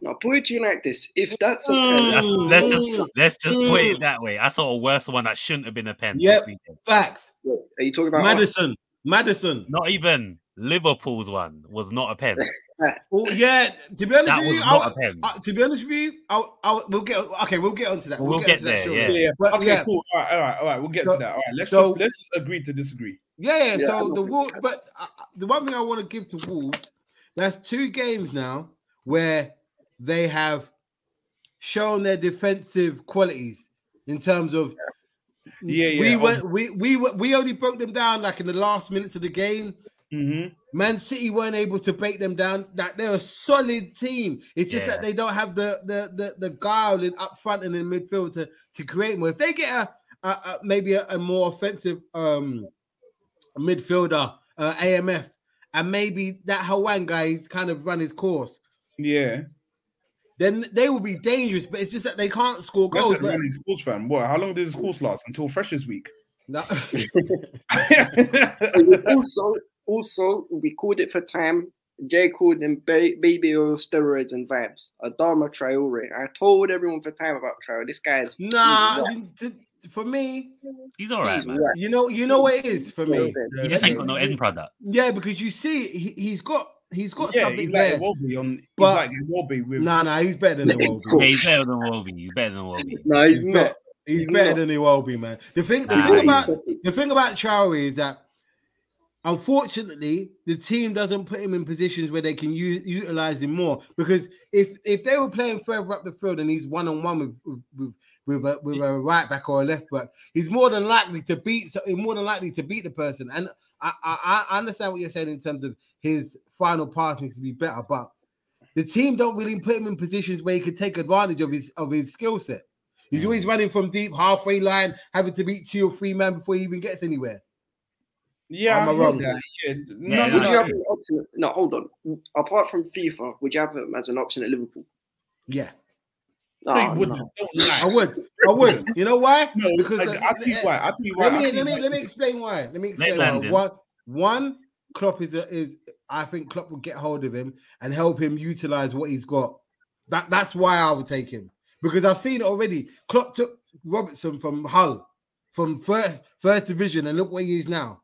Now, put it to you like this: if that's a Mm. That's- pen, let's just let's just put it that way. I saw a worse one that shouldn't have been a pen. this Yep. weekend. Facts. are you talking about? us? Madison. Madison. Not even Liverpool's one was not a pen. [LAUGHS] Oh, yeah. To be honest That with was you, not a I'll, pen. uh, to be honest with you, I'll, I'll, we'll get okay. We'll get onto that. We'll get onto there, shortly. yeah. Yeah, yeah. But okay, yeah. cool. All right, all right, all right. We'll get So- to that. All right, let's so- just let's just agree to disagree. Yeah, Yeah, so I'm the not Wolves, with you. but uh, uh, the one thing I want to give to Wolves, that's two games now where they have shown their defensive qualities in terms of Yeah, yeah, we I was- went we we were- we only broke them down like in the last minutes of the game. Mm-hmm. Man City weren't able to break them down. That they're a solid team. It's just that Yeah. they don't have the the the, the guile in up front and in midfield to, to create more. If they get a, a, a maybe a, a more offensive um midfielder, uh, AMF, and maybe that Hawan guy he's kind of run his course, Yeah. then they will be dangerous. But it's just that they can't score That's goals. a but- [LAUGHS] running course, fam. What? How long did this course last? Until Freshers Week. [LAUGHS] No. And also, also, we called it for time. Jay called them ba- baby oil steroids and vibes. Adama Traore. I told everyone for time about Traore. This guy is [LAUGHS] nah, Yeah. t- t- for me, He's all right, he's man. whack. you know, you know what it is for me. He just ain't got no end product. Yeah, because you see, he, he's got he's got yeah, something he's there. like Iwobi on. But- But like Iwobi with. Nah, nah, he's better than Iwobi. Yeah, he's better than Wolby. He's better than Wolby. No, He's, he's better. not. He's, He's better not. than Iwobi, man. The thing, the Nah, thing he's about the thing about Traore is that unfortunately the team doesn't put him in positions where they can u- utilize him more. Because if if they were playing further up the field and he's one on one with with with a, with a right back or a left back, he's more than likely to beat. so- He's more than likely to beat the person. And I, I I understand what you're saying in terms of his final pass needs to be better, but the team don't really put him in positions where he could take advantage of his of his skill set. He's always running from deep, halfway line, having to beat two or three men before he even gets anywhere. yeah, am I I hear wrong? that. Yeah, no, Yeah, no, Would you no. have an option? No, hold on. Apart from FIFA, would you have him as an option at Liverpool? Yeah, No, No, you no. wouldn't. Don't lie. I would. I would. You know why? No, Because I, the- I'll tell you why. I'll tell you why. Let I'll me tell you let me why. let me explain why. Let me explain why. Landon. One one Klopp is a, is I think Klopp will get hold of him and help him utilize what he's got. That that's why I would take him because I've seen it already. Klopp took Robertson from Hull from first first division and look where he is now.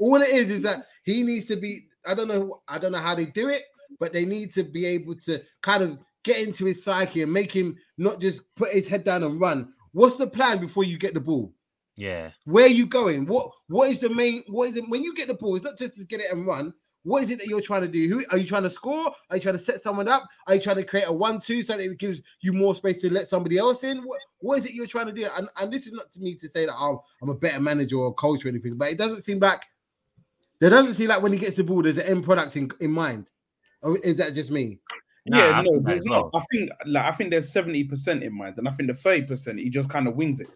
All it is is that he needs to be. I don't know. I don't know how they do it, but they need to be able to kind of get into his psyche and make him not just put his head down and run. What's the plan before you get the ball? Yeah. Where are you going? What what is the main what is it when you get the ball? It's not just to get it and run. What is it that you're trying to do? Who are you trying to score? Are you trying to set someone up? Are you trying to create a one-two so that it gives you more space to let somebody else in? What what is it you're trying to do? And and this is not to me to say that I'm I'm a better manager or coach or anything, but it doesn't seem like there doesn't seem like when he gets the ball, there's an end product in, in mind. Or is that just me? Nah, yeah, I no, think that there's as not. well. I think like I think there's seventy percent in mind, and I think the thirty percent he just kind of wings it.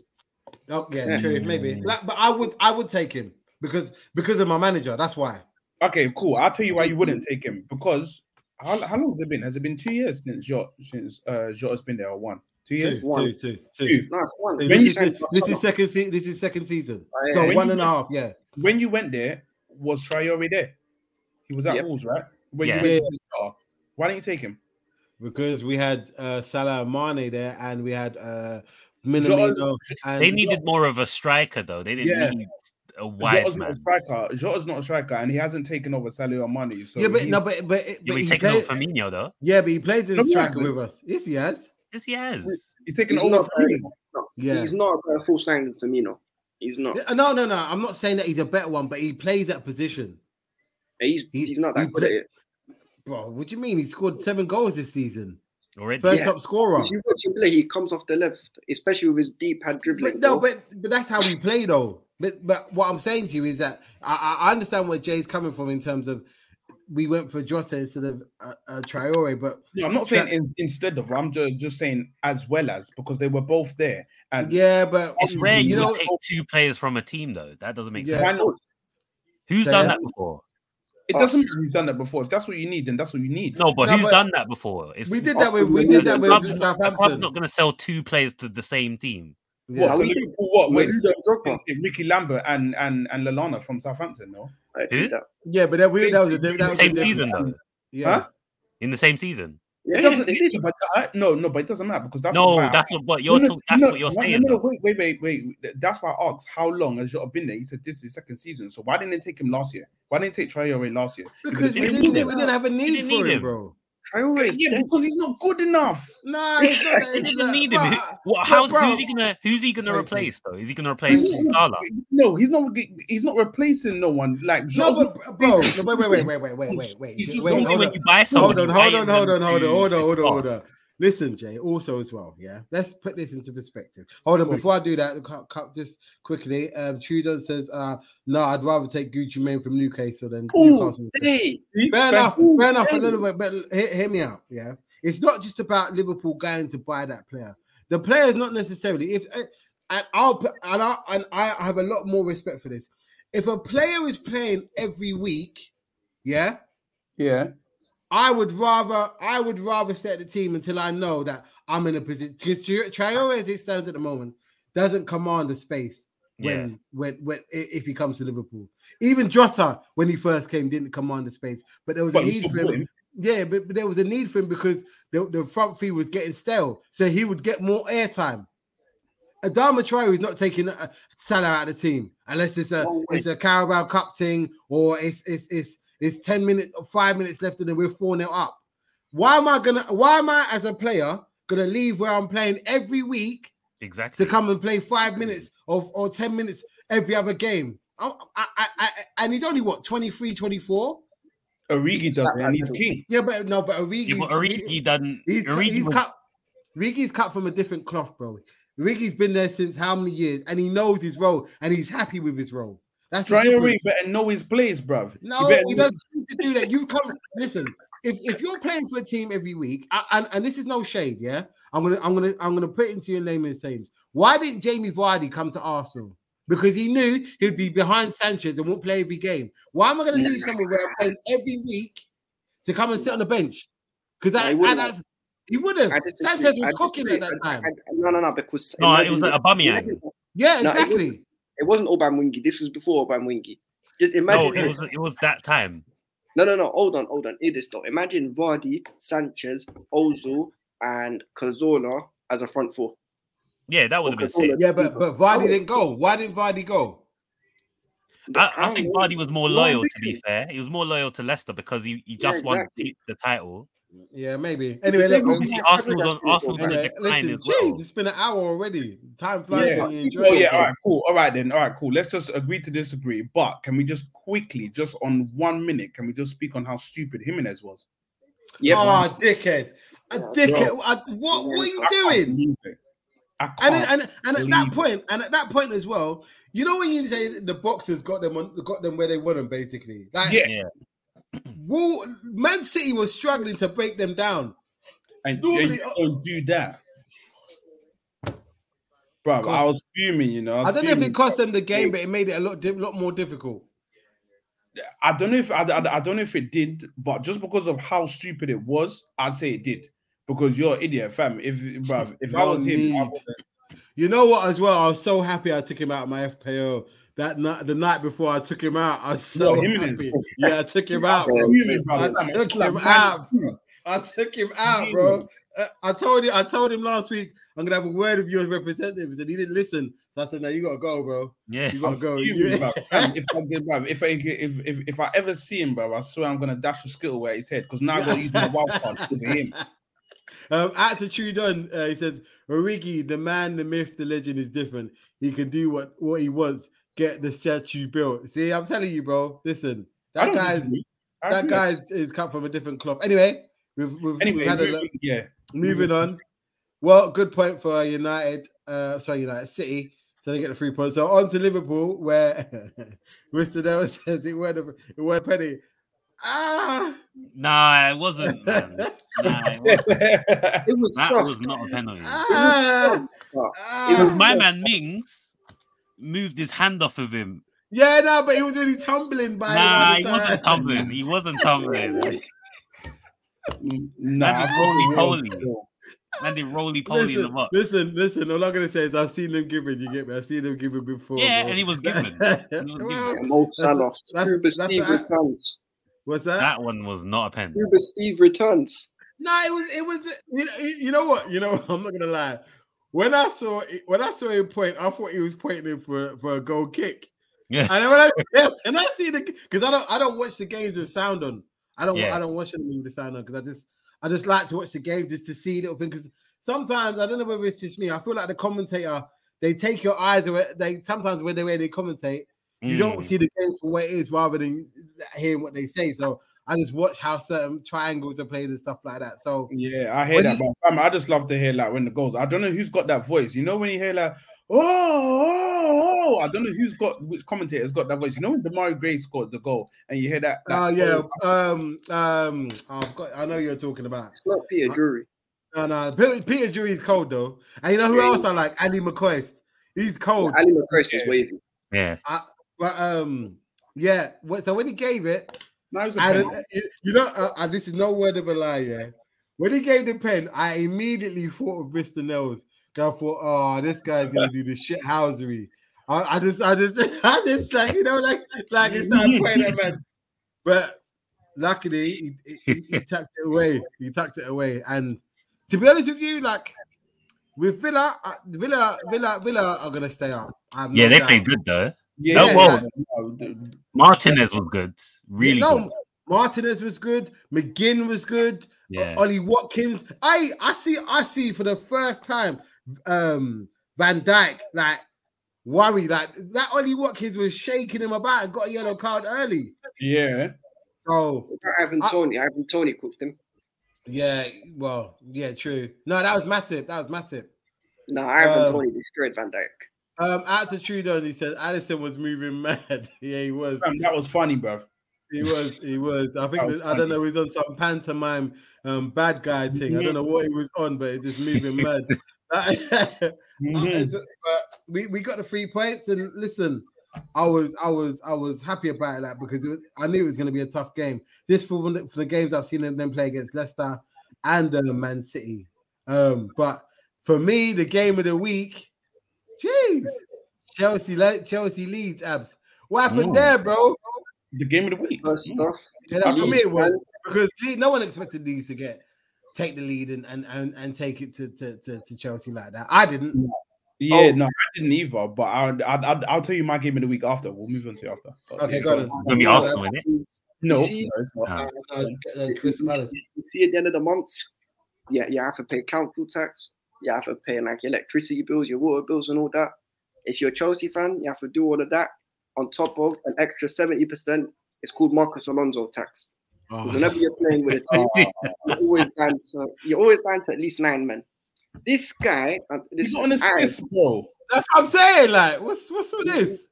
Oh, yeah, Yeah. true, maybe. Like, but I would I would take him because because of my manager. That's why. Okay, cool. I'll tell you why you wouldn't take him because how, how long has it been? Has it been two years since Jot since uh Jota's been there or one? Two years. Two, one. two, Two. No, it's one. Hey, When you This is, this is second se- this is second season. Oh, yeah. So When one you- and a half, yeah. When you went there, was Traore there? He was at Yep. Wolves, right? When Yeah. you went to Jota, why didn't you take him? Because we had uh Salah and Mane there and we had uh Minamino and They needed more of a striker though. They didn't Yeah. need a wide Jota's not man. a striker. Jota's not a striker, and he hasn't taken over Salah or Mane. So yeah, but he's- no, but but, but Yeah, but he he's taking play- out Firmino though. yeah, but he plays as a No, he striker hasn't. with us. Yes, he has. Yes, he has. he's taken He's over. not playing. Firmino. Yeah. He's not a full standard Firmino. He's not. Yeah, No, no, no. I'm not saying that he's a better one, but he plays that position. He's He- he's not he that good play- at it. Bro, what do you mean? He scored seven goals this season. Already. First Yeah. top scorer. If you watch him play, he comes off the left, especially with his deep pad But dribbling. no, bro. but but that's how we play though. But but what I'm saying to you is that I, I- I understand where Jay's coming from in terms of we went for Jota instead of uh, uh, Traore, but No, I'm not Tra- saying in, instead of. I'm just, just saying as well as because they were both there. And yeah, but It's Uh, rare you, you know oh would take two players from a team though. That doesn't make Yeah. sense. why not? Who's They done have- that before? It doesn't matter who's done that before. If that's what you need, then that's what you need. No, but No, who's but- done that before? It's we did a that with we Arsenal- did that club's with not- a club's Southampton. not going to sell two players to the same team. Yeah. What? Yeah, so we Liverpool, what? Wait, Maguire [LAUGHS] and Drogba. it's Ricky Lambert and and and Lalana from Southampton. No, I Who? do that. Yeah, but that, we, that was a diff- that was a Same diff- season though. Yeah, Huh? In the same season. It doesn't matter, but uh, no, no, but it doesn't matter because that's no, why I- that's what but you're No, no, talk- that's no, what you're no, saying. No, no, though. wait, wait, wait, wait. Th- That's why I asked how long has Jota been there. He said this is his second season. So why didn't they take him last year? Why didn't they take Traore last year? Because we didn't didn't, need we didn't have a need didn't for need him, him. bro. Traore is Yeah, dead. because he's not good enough. Nah, it's not that- He it's doesn't not- need him. but- Who- What, how, bro. who's he gonna who's he gonna Thank you. replace though? Is he gonna replace Salah? No, he's not. He's not replacing no one. Like No, Jota's but bro, no, wait, wait, wait, wait, wait, wait, wait, wait. He's J- just wait, only Only hold when on. you buy someone. Hold on, you hold buy on, hold them on, hold on, to hold on, the hold on, top. hold on. Listen, Jay, also as well, yeah. Let's put this into perspective. Hold on, before I do that, cu- cu- just quickly. Um, Trudeau says, uh, no, I'd rather take Gucci Mane from Newcastle than Ooh, Newcastle. hey, not- Fair enough, Ooh, fair enough, a hey. little bit, but hear, hear me out, yeah. It's not just about Liverpool going to buy that player. The player is not necessarily if eh, and I'll put- and I and I have a lot more respect for this. If a player is playing every week, yeah, Yeah, I would rather I would rather set the team until I know that I'm in a position because Traore as it stands at the moment doesn't command the space when when when i- if he comes to Liverpool. Even Jota when he first came didn't command the space, but there was but a he need still for bought him. him. Yeah, but, but there was a need for him because the, the front three was getting stale, so he would get more airtime. Adama Traore is not taking uh, Salah out of the team unless it's a No way. it's a Carabao Cup thing or it's it's it's it's ten minutes or five minutes left and then we're four 0 up. Why am I gonna? Why am I as a player gonna leave where I'm playing every week to Exactly. come and play five minutes or, or 10 minutes every other game. I, I, I, I, and he's only what 23, 24? Origi does it, and he's Yeah. king. Yeah, but no, but Yeah, Origi's, but Origi doesn't. he's, cu- Origi he's was- cut Rigi's cut from a different cloth, bro. Rigi's been there since how many years and he knows his role and he's happy with his role. That's the Traore difference. better know his place, bruv. He No, better he know- doesn't need to do that. You come listen. If, if you're playing for a team every week, I, and and this is no shade, yeah. I'm gonna I'm gonna I'm gonna put into your name and names. Why didn't Jamie Vardy come to Arsenal? Because he knew he'd be behind Sanchez and won't play every game. Why am I gonna leave someone where I'm playing every week to come and sit on the bench? Because No, I, he wouldn't I- have. he would have. I disagree. Sanchez I was cooking at disagree. that I- time. I- I- no, no, no, because No, it imagine- was like Aubameyang. imagine- yeah, no, it exactly. It wasn't Aubameyang. This was before Aubameyang. Just imagine. No, it this. was it was that time. No, no, no. Hold on, hold on. Hear this though. Imagine Vardy, Sanchez, Ozil, and Cazorla as a front four. Yeah, that would have been sick. Yeah, but but Vardy didn't go. Why didn't Vardy go? I, I think Vardy was more loyal. To be ambition. fair, he was more loyal to Leicester because he, he Yeah, just won exactly. the, the title. Yeah, maybe. It's the Anyway, same look, reason why Obviously, I Arsenal's covered on that Arsenal's on football. a Anyway, decline listen, as well. jeez, it's been an hour already. Time flies Yeah. when you enjoy Oh yeah, all yourself. right, cool. All right then, all right, cool. Let's just agree to disagree. But can we just quickly, just on one minute, can we just speak on how stupid Jimenez was? Yep. Oh, dickhead. A Yeah, dickhead. I- what, what are you doing? I And, can't. then, and and at that believe it. point, and at that point as well, you know when you say the boxers got them on, got them where they want them, basically. Like, yeah, Wall, Man City was struggling to break them down. and yeah, normally- uh, you don't do that, bro. I Cost- was fuming, you know. I was don't know if fuming. it cost them the game, but it made it a lot, di- lot more difficult. I don't know if I, I, I don't know if it did, but just because of how stupid it was, I'd say it did. Because you're an idiot, fam. If [LAUGHS] bruv, if I No was him, I need. would've- You know what? As well, I was so happy I took him out of my FPO that night. The night before I took him out, I was so No, him and happy. his- Yeah, I took [LAUGHS] him out. Bro. fuming, bruv. I Fam, I took was like, him man, out, it's- I took him out, bro. Uh, I told you, I told him last week I'm gonna have a word with your representatives, and he didn't listen. So I said, "No, you gotta go, bro. Yeah, You I'm [LAUGHS] gotta go." fuming, bruv. Fam, if I get, bruv, if I get- if, if if I ever see him, bro, I swear I'm gonna dash a skittle at his head because now I gotta use my wild card because of him. Um, at the Trudon, uh, he says, Origi, the man, the myth, the legend is different. He can do what, what he wants, get the statue built. See, I'm telling you, bro. Listen, I [LAUGHS] that don't guy's disagree. I that agree. guy is, is cut from a different cloth. Anyway, we've, we've Anyway, had a moving- look. yeah, [LAUGHS] moving on. Well, good point for United. Uh, sorry, United City. So they get the three points. So on to Liverpool, where [LAUGHS] Mr. Dell says it weren't a, it weren't a penny. Ah, nah, it wasn't. Man. [LAUGHS] Nah, it wasn't. it was that tough. was not a penalty. ah, tough. ah. My man Mings moved his hand off of him. Yeah, no, but he was really tumbling by. Nah, by he the wasn't time. tumbling. He wasn't [LAUGHS] tumbling. nah, That's I'm rolling holy. with him. Man did roly poly in the Listen, box. listen, listen. All I'm gonna say is I've seen them given. You get me? I've seen them given before. Yeah, bro. and he was given. He was Well, given. Mo Salah. that's- Cuba that's Steve a- returns. [LAUGHS] What's that? That one was not a pen. Cuba Steve returns. No, it was it was uh, you know, you know what you know. [LAUGHS] what? I'm not gonna lie. When I saw it- when I saw him point, I thought he was pointing it for for a goal kick. Yeah. And then when I yeah, and I see the because I don't I don't watch the games with sound on. I don't Yeah. I don't watch them with the sound on because I just I just like to watch the game just to see little things. Because sometimes I don't know whether it's just me. I feel like the commentator they take your eyes away. They sometimes when they when they commentate, you Mm. don't see the game for what it is rather than hearing what they say. So I just watch how certain triangles are played and stuff like that. So Yeah, I hear When that, but fam, I just love to hear like when the goals. I don't know who's got that voice. You know when you hear like, oh, oh, oh," I don't know who's got which commentator's got that voice. You know when Demario Gray scored the goal and you hear that. that Oh yeah, um, um, I've got. I know you're talking about. It's not Peter Drury. No, no, Peter, Peter Drury's cold though, and you know who Yeah. else I like? Ali McCoist. He's cold, Ali McChrist is wavy. Oh, Yeah. but um, yeah. what- So when he gave it, No, it was a I [LAUGHS] penalty. don't, you- you know, uh, uh, this is no word of a lie. Yeah, when he gave the pen, I immediately thought of Bristol Nels. I thought, oh, this guy's gonna do the shit housery. I, I just, I just, [LAUGHS] I just like you know, like, like it's not [LAUGHS] playing that man. But luckily, he, he, he- he tucked it away. He tucked it away. And to be honest with you, like with Villa, uh, Villa, Villa, Villa are gonna stay up. I have no Yeah, they doubt. played good though. [LAUGHS] yeah, that yeah, was- yeah, no, the- Martinez was good. Really Yeah, no, good. Martinez was good. McGinn was good. Yeah. Ollie Watkins. I I see I see for the first time um Van Dyke like worry like that Ollie Watkins was shaking him about and got a yellow card early. yeah. So What about Ivan I- Tony? Ivan Tony cooked him. yeah, well, yeah, true. No, that was Matip. That was Matip. No, Ivan Um, Tony destroyed Van Dijk. Um out to Trudeau and he said Allison was moving [LAUGHS] mad. yeah, he was. Fam, that was funny, bruv. He was, he was. I That think was that- I don't funny. know. He's on some pantomime, um, bad guy thing. I don't know what he was on, but it just moving [LAUGHS] mad. [LAUGHS] Uh, Mhm. but we, we got the three points, and listen, I was I was I was happy about that because it was, I knew it was going to be a tough game. This for, one, for the games I've seen them play against Leicester and uh, Man City. Um, but for me, the game of the week, jeez, Chelsea Le- Chelsea leads abs. What happened Mm. there, bro? The game of the week. Uh, First Mm. off, Yeah, that for me it was man. because Le- no one expected Leeds to get take the lead and and and, and take it to, to to to Chelsea like that. I didn't. Yeah, Oh. no, I didn't either. But I, I, I, I'll tell you my game of the week after. We'll move on to after. But, Okay, yeah. go on. gonna be Arsenal, innit? No, See- no, it's not. No. Uh, uh, Crystal Palace. You see at the end of the month, yeah, you have to pay council tax, you have to pay like your electricity bills, your water bills, and all that. If you're a Chelsea fan, you have to do all of that on top of an extra 70%. It's called Marcus Alonso tax. Oh. Oh. Whenever you're playing with a team, you're always down to you're always down to at least nine men. This guy, uh, He's this not an guy, assist, bro. That's what I'm saying. Like, what's what's all this?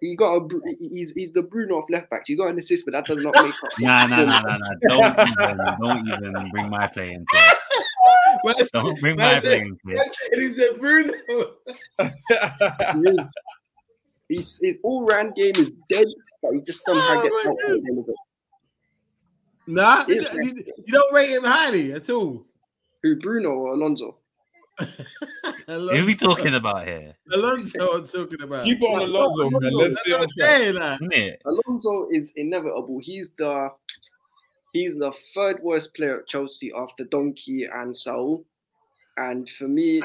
he got a, Bru- he's he's the Bruno of left backs. He got an assist, but that does not make up. Nah, nah, nah, nah, nah. Don't even, [LAUGHS] don't even bring my play into it. Well, that's- Don't bring my play into it. that's it, He said Bruno. He's, his all round game is dead, but he just somehow Oh gets my out at the end of it. Nah, you, Yeah. you- you don't rate him highly at all. Who, Bruno or Alonso? Who are Alonso, we talking about here? Alonso I'm talking about. Keep on Alonso, man. Let's That's stay what on I'm track. saying. Like, Isn't it? Alonso is inevitable. He's the he's the third worst player at Chelsea after Donkey and Saul. And for me,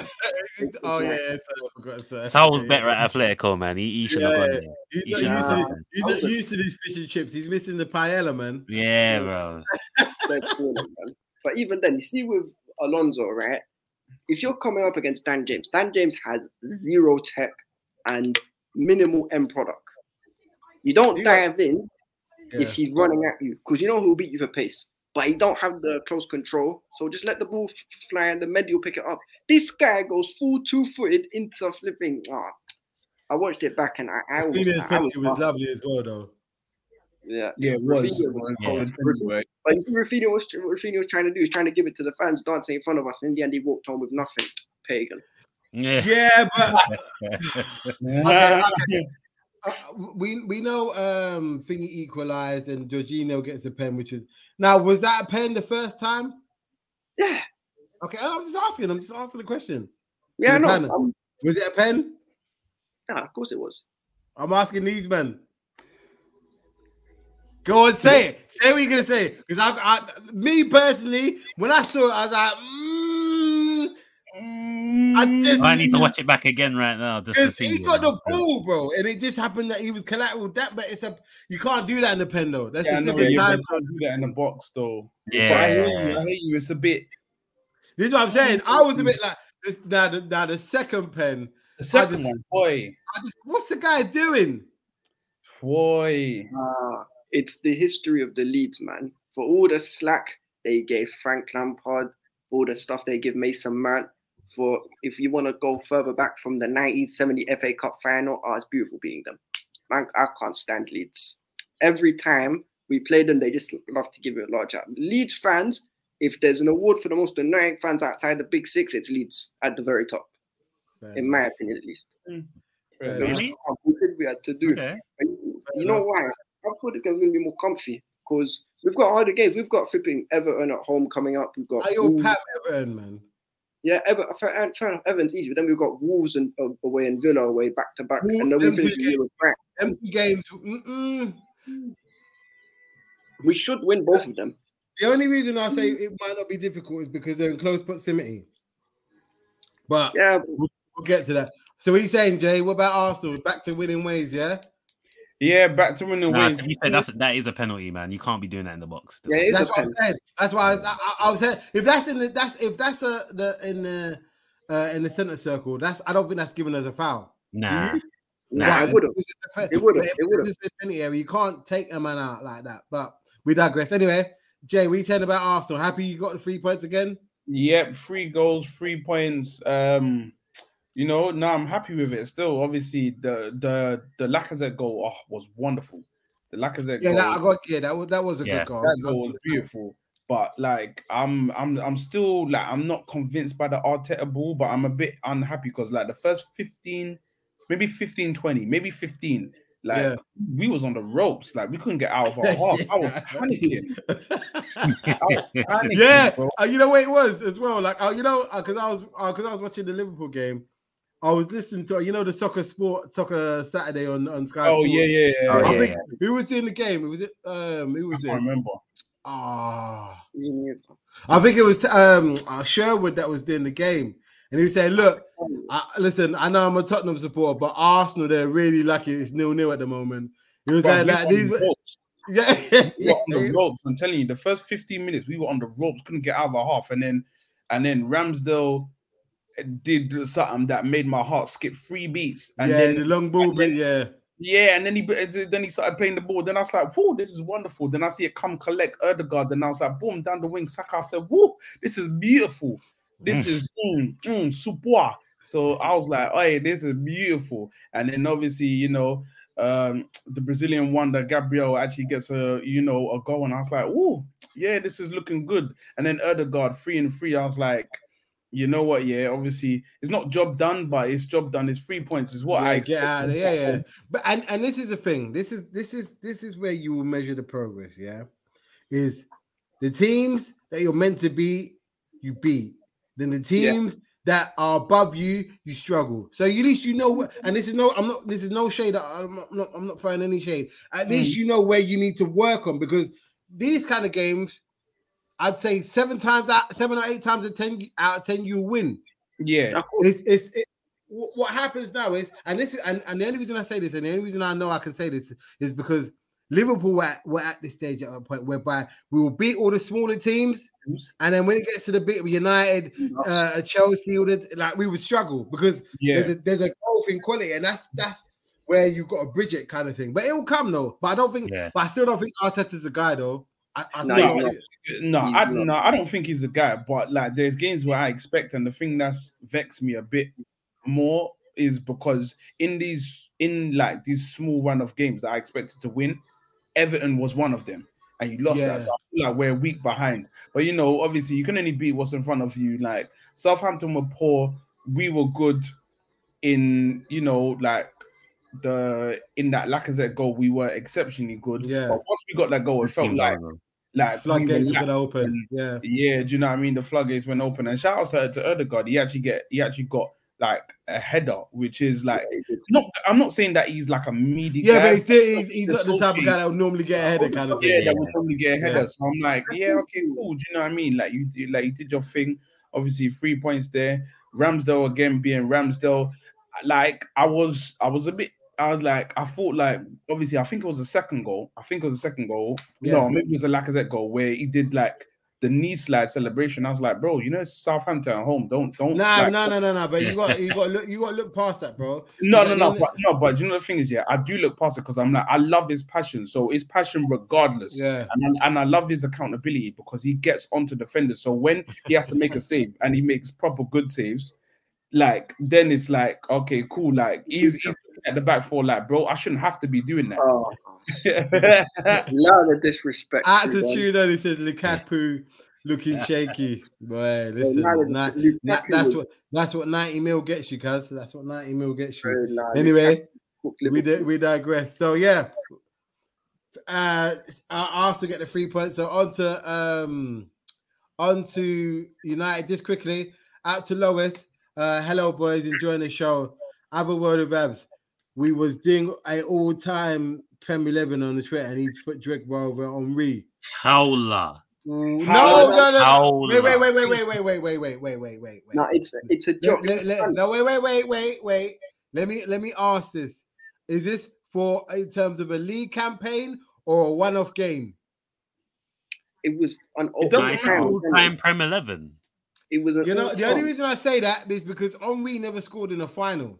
oh yeah, yeah, sorry, I forgot. Sorry. Saul's Yeah. better at Atletico, man. He, he should Yeah. have gone there. He's He not should used have to gone this. He's not used to these fish and chips. He's missing the paella, man. there. Yeah, bro. [LAUGHS] third corner, man. but even then, you see with Alonso, right? If you're coming up against Dan James, Dan James has zero tech and minimal end product. You don't He got- dive in if he's running at you because you know he'll beat you for pace but he don't have the close control so just let the ball f- fly and the med will pick it up this guy goes full two-footed into flipping Ah, i watched it back and i, I, was, Rafinha's I was penalty was baffled. lovely as well, though. yeah Yeah, it was. Rafinha was Yeah. cold. Rafinha- but you see Rafinha was, Rafinha was trying to do is trying to give it to the fans dancing in front of us and in the end he walked home with nothing pagan Yeah. Yeah, but Yeah. uh, we we know um thingy equalized and Jorginho gets a pen, which is now was that a pen the first time? yeah Okay, I'm just asking. I'm just asking the question. yeah i You're know planning. Um, Was it a pen? yeah of course it was I'm asking these men. Go on, say it. Say what you're gonna say. Because I, I, me personally, when I saw it, I was like, mm, I just I need to watch it back again right now. Just to Because see he you got know. the ball, bro, and it just happened that he was collateral. That, but it's a you can't do that in the pen though. That's Yeah, I a know, different yeah, time. you can't do that in the box though. But I hear you. Yeah. I hear you. It's a bit. This is what I'm saying. I was a bit like this. Now, the, now the second pen, The second just- one, boy, I just what's the guy doing? boy. Ah, it's the history of the Leeds, man. For all the slack they gave Frank Lampard, all the stuff they give Mason Mount. For if you want to go further back from the 1970 FA Cup final, ah, it's beautiful being them. Man, I can't stand Leeds. Every time we play them, they just love to give it a large out. Leeds fans, if there's an award for the most annoying fans outside the big six, it's Leeds at the very top, in my opinion at least. Really? What did [LAUGHS] we had to do? Okay. You you know why? I thought this game's going to be more comfy because we've got harder games. We've got flipping Everton at home coming up. We've got Are you Wolves- Pat Everton, man? yeah, Everton. Fair, fair enough, Everton's easy, but then we've got Wolves and uh, away and Villa away back to back, and then Wolves, we finish the MTG. year with Brighton. Empty games. Mm-mm. We should win both of them. The only reason I say it might not be difficult is because they're in close proximity. But Yeah, we'll get to that. So what are you saying, Jay? What about Arsenal? Back to winning ways, yeah? Yeah, back to winning Nah, ways. to be fair, that's that is a penalty, man. You can't be doing that in the box. Yeah, it is. That's a what I'm saying. That's why I, was- I, I was saying if that's in the that's if that's a the in the uh, in the center circle, that's I don't think that's given as a foul. Nah. nah, Right. it would have. This is the pen- It would've, but if it would've. This is the penalty area. You can't take a man out like that. But we digress. Anyway, Jay, we said about Arsenal. Happy you got the three points again. Yep, three goals, three points. Um, you know, now I'm happy with it. Still, obviously, the the the Lacazette goal oh, was wonderful. The Lacazette Yeah, goal, that, I got. Yeah, that was that was a Yeah. good goal. that goal was beautiful. But like, I'm I'm I'm still like I'm not convinced by the Arteta ball, but I'm a bit unhappy because like the first 15, maybe 15, 20, maybe 15. Like Yeah. we was on the ropes, like we couldn't get out [LAUGHS] of our half. I was panicking. I was panicking Yeah. bro. Uh, you know what it was as well. Like, uh, you know, because I was because I was watching the Liverpool game, I was listening to you know the soccer sport soccer Saturday on on Sky. Oh Sports. yeah, yeah, yeah. Oh, I yeah, think, yeah. Who was doing the game? It was it. Um, who I was can't it? remember. Ah, been- I think it was um uh, Sherwood that was doing the game, and he was saying, "Look, I, listen, I know I'm a Tottenham supporter, but Arsenal they're really lucky. It's nil nil at the moment." He was Bro, like, we like, were on these, the ropes. [LAUGHS] yeah, We yeah. were on the ropes. I'm telling you, the first 15 minutes we were on the ropes, couldn't get out of our half, and then and then Ramsdale did something that made my heart skip three beats, and yeah, then the long ball, and then- bit, yeah. yeah, and then he uh, then he started playing the ball. Then I was like, "Whoa, this is wonderful." Then I see it come collect Erdegaard. Then I was like, "Boom!" Down the wing, Saka. I said, "Whoa, this is beautiful. This is mm, mm, super." So I was like, "Hey, this is beautiful." And then obviously, you know, um, the Brazilian wonder Gabriel actually gets a you know a goal, and I was like, "Whoa, yeah, this is looking good." And then Erdegaard three and three. I was like. You know what? Yeah, obviously it's not job done, but it's job done. It's three points. Is what yeah, I get expected. out of It's there. like, Yeah, yeah. But and and this is the thing. This is this is this is where you will measure the progress. Yeah, is the teams that you're meant to beat, you beat. Then the Yeah. teams that are above you, you struggle. So at least you know. wh- And this is no, I'm not. This is no shade. I'm not. I'm not, I'm not throwing any shade. Mm. At least you know where you need to work on because these kind of games. I'd say seven times out, seven or eight times out of ten out of ten, you win. Yeah, Of course, It's it's it, wh- what happens now is, and this is, and, and the only reason I say this, and the only reason I know I can say this is because Liverpool were at, were at this stage at a point whereby we will beat all the smaller teams, and then when it gets to the bit of United, Mm-hmm. uh, Chelsea, all this, like we would struggle because yeah, there's a there's a growth in quality, and that's that's where you got to bridge it kind of thing. But it will come though. But I don't think, Yeah. but I still don't think Arteta's a guy though. I, I still No, he's don't not. think- Uh, no, He's I not. no, I don't think he's a guy, but like there's games where I expect, and the thing that's vexed me a bit more is because in these in like these small run of games that I expected to win, Everton was one of them, and you lost Yeah. that. So I feel like we're a week behind. But you know, obviously, you can only beat what's in front of you. Like Southampton were poor, we were good in you know like the in that Lacazette goal, we were exceptionally good. Yeah. But once we got that goal, it felt Team like down, like we floodgates are relaxed gonna open. and- Yeah, yeah, do you know what I mean? The floodgates went open, and shout out to, to Erdegaard. He actually get he actually got like a header, which is like Yeah, he did. not. I'm not saying that he's like a media. Yeah, guy, but he's, still, he's, he's not the associate- type of guy that would normally get a header kind of Oh, yeah, thing. that would probably get a header. Yeah. So I'm like, yeah, okay, cool. Do you know what I mean? Like you, did- like you did your thing. Obviously, three points there. Ramsdale again being Ramsdale. Like I was, I was a bit. I was like, I thought like, obviously, I think it was the second goal. I think it was the second goal. Yeah. No, maybe it was a Lacazette goal where he did like the knee slide celebration. I was like, bro, you know, it's Southampton at home. Don't, don't. Nah, like, nah, nah, nah, nah. But you got you got to look you got to look past that, bro. No, Like, no, no, you- but, no. But you know the thing is, yeah, I do look past it because I'm like, I love his passion. So his passion, regardless, Yeah, and I, and I love his accountability because he gets onto defenders. So when he has to make a save and he makes proper good saves, like then it's like okay, cool. Like he's, he's looking at the back four, like bro, I shouldn't have to be doing Oh, that. [LAUGHS] loud of disrespect. attitude though. It says Lukaku looking shaky. Boy, listen, na- na- that's what that's what ninety mil gets you, cuz. That's what ninety mil gets you. Anyway, we di- we digress. So yeah, uh, I asked to get the three points. So on to um, on to United just quickly. Out to Lois. Uh, hello boys, enjoying the show. Have a word of abs. We was doing a all time Prem Eleven on the Twitter, and he put Drake over Henri. Howler. No, How- no, no, no. Howler. Wait, wait, wait, wait, wait, wait, wait, wait, wait, wait, wait, wait, wait. No, it's it's a joke. Let- let- It's let- fun. no, wait, wait, wait, wait, wait. Let me let me ask this: Is this for in terms of a league campaign or a one-off game? It was an It Nah, doesn't all-time it's matter. an time. all-time Prem 11. It was an You know, the only all-time. reason I say that is because Henri never scored in a final.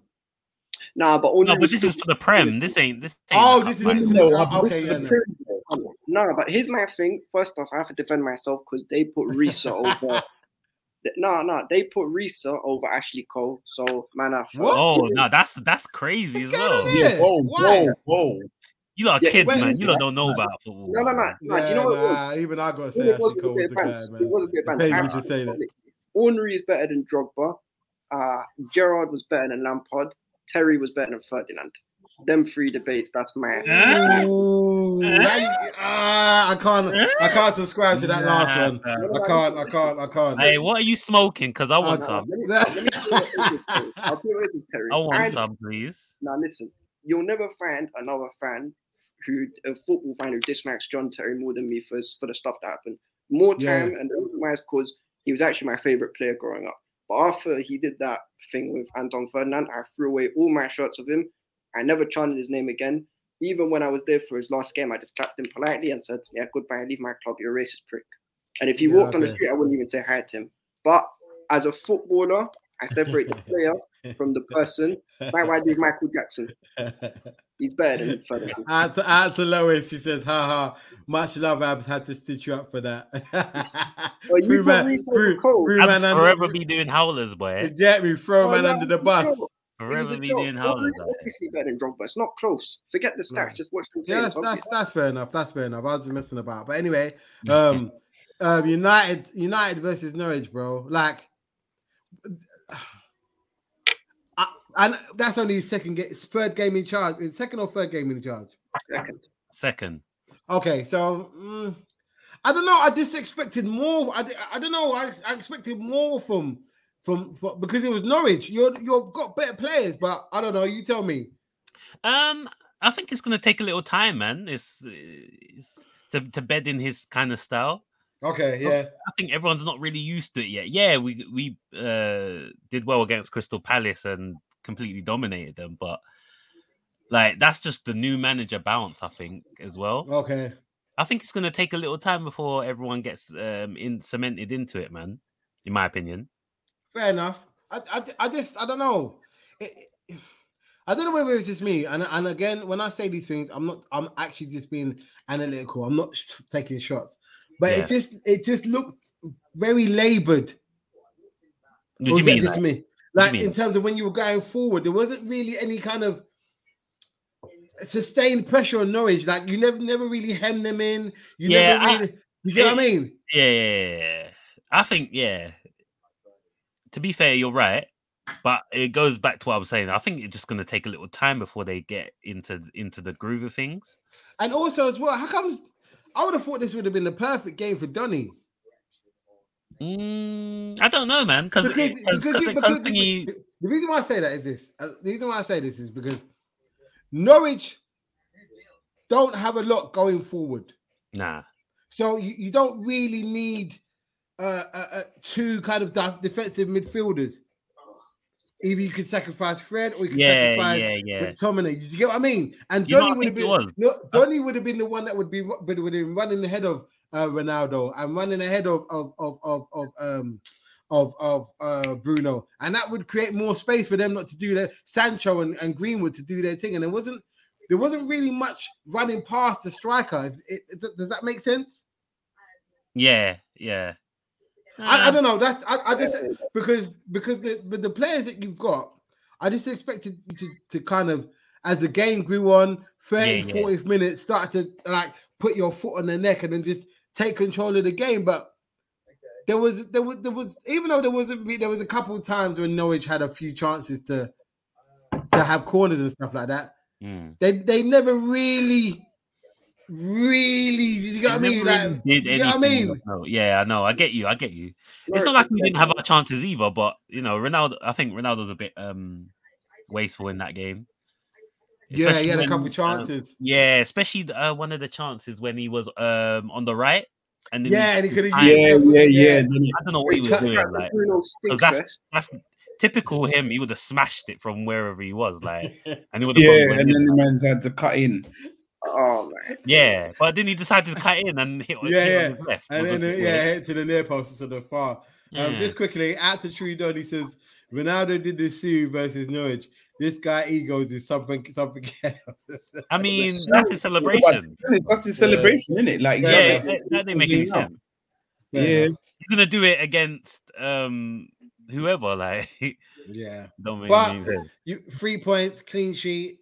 Nah, but only No, but this is for the Prem. This ain't this. Ain't Oh, the this is cup this is- final. No, oh, this okay. is yeah, a no. No, but here's my thing. First off, I have to defend myself because they put Risa over. th- No, no, they put Risa over Ashley Cole. So man, I felt- What? Oh no, that's that's crazy What's as going on well. here? Yeah, whoa, why? whoa, whoa! You lot are Yeah, kids, wait, man. You lot don't know about football. No, no, no, no. do you know what? it was? nah, even I gotta It say was Ashley a Cole bit was of the guy, banter. It man. was a bit of It banter. pains me to say that. Absolutely. Ornery is better than Drogba. Uh, Gerard was better than Lampard. Terry was better than Ferdinand. Them three debates. That's my. Huh? Ooh, that- ah, I can't, I can't subscribe to that last Nah, one. fam. I can't, I can't, I can't. Hey, what are you smoking? Because I Oh, want no. some. Let me, let me tell you what it is, Terry. I'll tell you what it is, Terry. I Oh, want I- some, please. Now listen, you'll never find another fan who a football fan who dislikes John Terry more than me for for the stuff that happened. More Yeah. time and the reason why is because he was actually my favorite player growing up. But after he did that thing with Anton Ferdinand, I threw away all my shirts of him. I never chanted his name again. Even when I was there for his last game, I just clapped him politely and said, "Yeah, goodbye. Leave my club. You're a racist prick." And if he Yeah, walked on the okay. street, I wouldn't even say hi to him. But as a footballer, I separate the [LAUGHS] player from the person. Like why I do with Michael Jackson. [LAUGHS] He's better than Ferdinand. Out to, out to Lois, she says, ha ha, much love, Abs had to stitch you up for that. [LAUGHS] Well, you Threw got man- me so threw- cold. threw I'll man under- forever be doing howlers, You boy. Get me, throw Oh, man yeah, under the it's a bus. joke. It was a Forever be joke. doing howlers. Obviously- boy. Obviously better than Drogba. It's not close. Forget the stats. No. Just watch them play. Yeah, It's that's, obvious. that's that's fair enough. That's fair enough. I was messing about, but anyway, um, um, United, United versus Norwich, bro. Like, [SIGHS] I, and that's only his second game, third game in charge. His second or third game in charge. Second. Second. Okay, so mm, I don't know. I just expected more. I, di- I don't know. I, I expected more from, from from because it was Norwich. You're you've got better players, but I don't know. You tell me. Um, I think it's gonna take a little time, man. It's, it's to to bed in his kind of style. Okay, yeah, I think everyone's not really used to it yet. Yeah, we we uh, did well against Crystal Palace and completely dominated them, but like that's just the new manager bounce, I think, as well. okay. I think it's gonna take a little time before everyone gets um in cemented into it, man. In my opinion, Fair enough. I, I, I just I don't know. It- it- I don't know whether it's just me. And and again, when I say these things, I'm not. I'm actually just being analytical. I'm not sh- taking shots. But Yeah. it just it just looked very laboured. what do Or you is that mean? just like? me? What do you Like in mean? terms of when you were going forward, there wasn't really any kind of sustained pressure on Norwich. Like you never never really hemmed them in. You Yeah, never I- really you get what I mean? Yeah, yeah, yeah, yeah. I think yeah. To be fair, you're right, but it goes back to what I was saying. I think it's just going to take a little time before they get into into the groove of things. And also as well, how comes I would have thought this would have been the perfect game for Donny. Mm, I don't know, man, cause Because it- 'cause- because 'cause you- it- 'cause because- thingy- The reason why I say that is this. uh, The reason why I say this is because Norwich don't have a lot going forward. Nah. So you, you don't really need uh, uh, uh, two kind of def- defensive midfielders. Either you can sacrifice Fred or you can Yeah, sacrifice yeah, yeah. McTominay. You get what I mean? And You know, Donny I would have think it been was. Uh, no, Donny would have been the one that would be ru- would would have been running ahead of uh, Ronaldo and running ahead of of of of, of um of of uh, Bruno, and that would create more space for them not to do their Sancho and, and Greenwood to do their thing. And there wasn't there wasn't really much running past the striker. It- it- does- does that make sense? Yeah, yeah. I, I Nah. don't know. That's I, I just because because the but the players that you've got, I just expected you to, to kind of as the game grew on 30, Yeah, yeah. 40th minute, start to like put your foot on the neck and then just take control of the game. But there was there was there was even though there wasn't re- there was a couple of times when Norwich had a few chances to to have corners and stuff like that. Mm. They they never really really you know what I They mean? never Like, really did you know what I anything, mean? no. Yeah, I know. I get you. I get you. It's not like we didn't have our chances either, but you know, Ronaldo. I think Ronaldo's a bit um wasteful in that game. yeah, he had a when, couple um, of chances. yeah, especially the, uh, one of the chances when he was um on the right, and then he- Yeah, and he could have I- used Yeah, everything, yeah, yeah. I don't know what he was Cut- doing. cut the Like Bruno stick 'cause that's- first. that's typical him. He would have smashed it from wherever he [LAUGHS] was, like, and he would have Yeah, and then the man's had to cut in. Oh man. yeah. But then he decided to cut in and hit. Yeah, hit on his left. And It then, was a uh, bit yeah, weird. hit to the near post instead of far. Um, Mm. Just quickly, out to Trudeau, he says Ronaldo did this Sue versus Norwich. This guy egos is something, something. [LAUGHS] else." I mean, so- that's a celebration. That's his celebration, isn't it? Like, Yeah, Yeah, yeah. that, that didn't make any sense. Fair Yeah. enough. He's gonna do it against um whoever. Like, [LAUGHS] yeah. don't make But- any sense. You three points, clean sheet.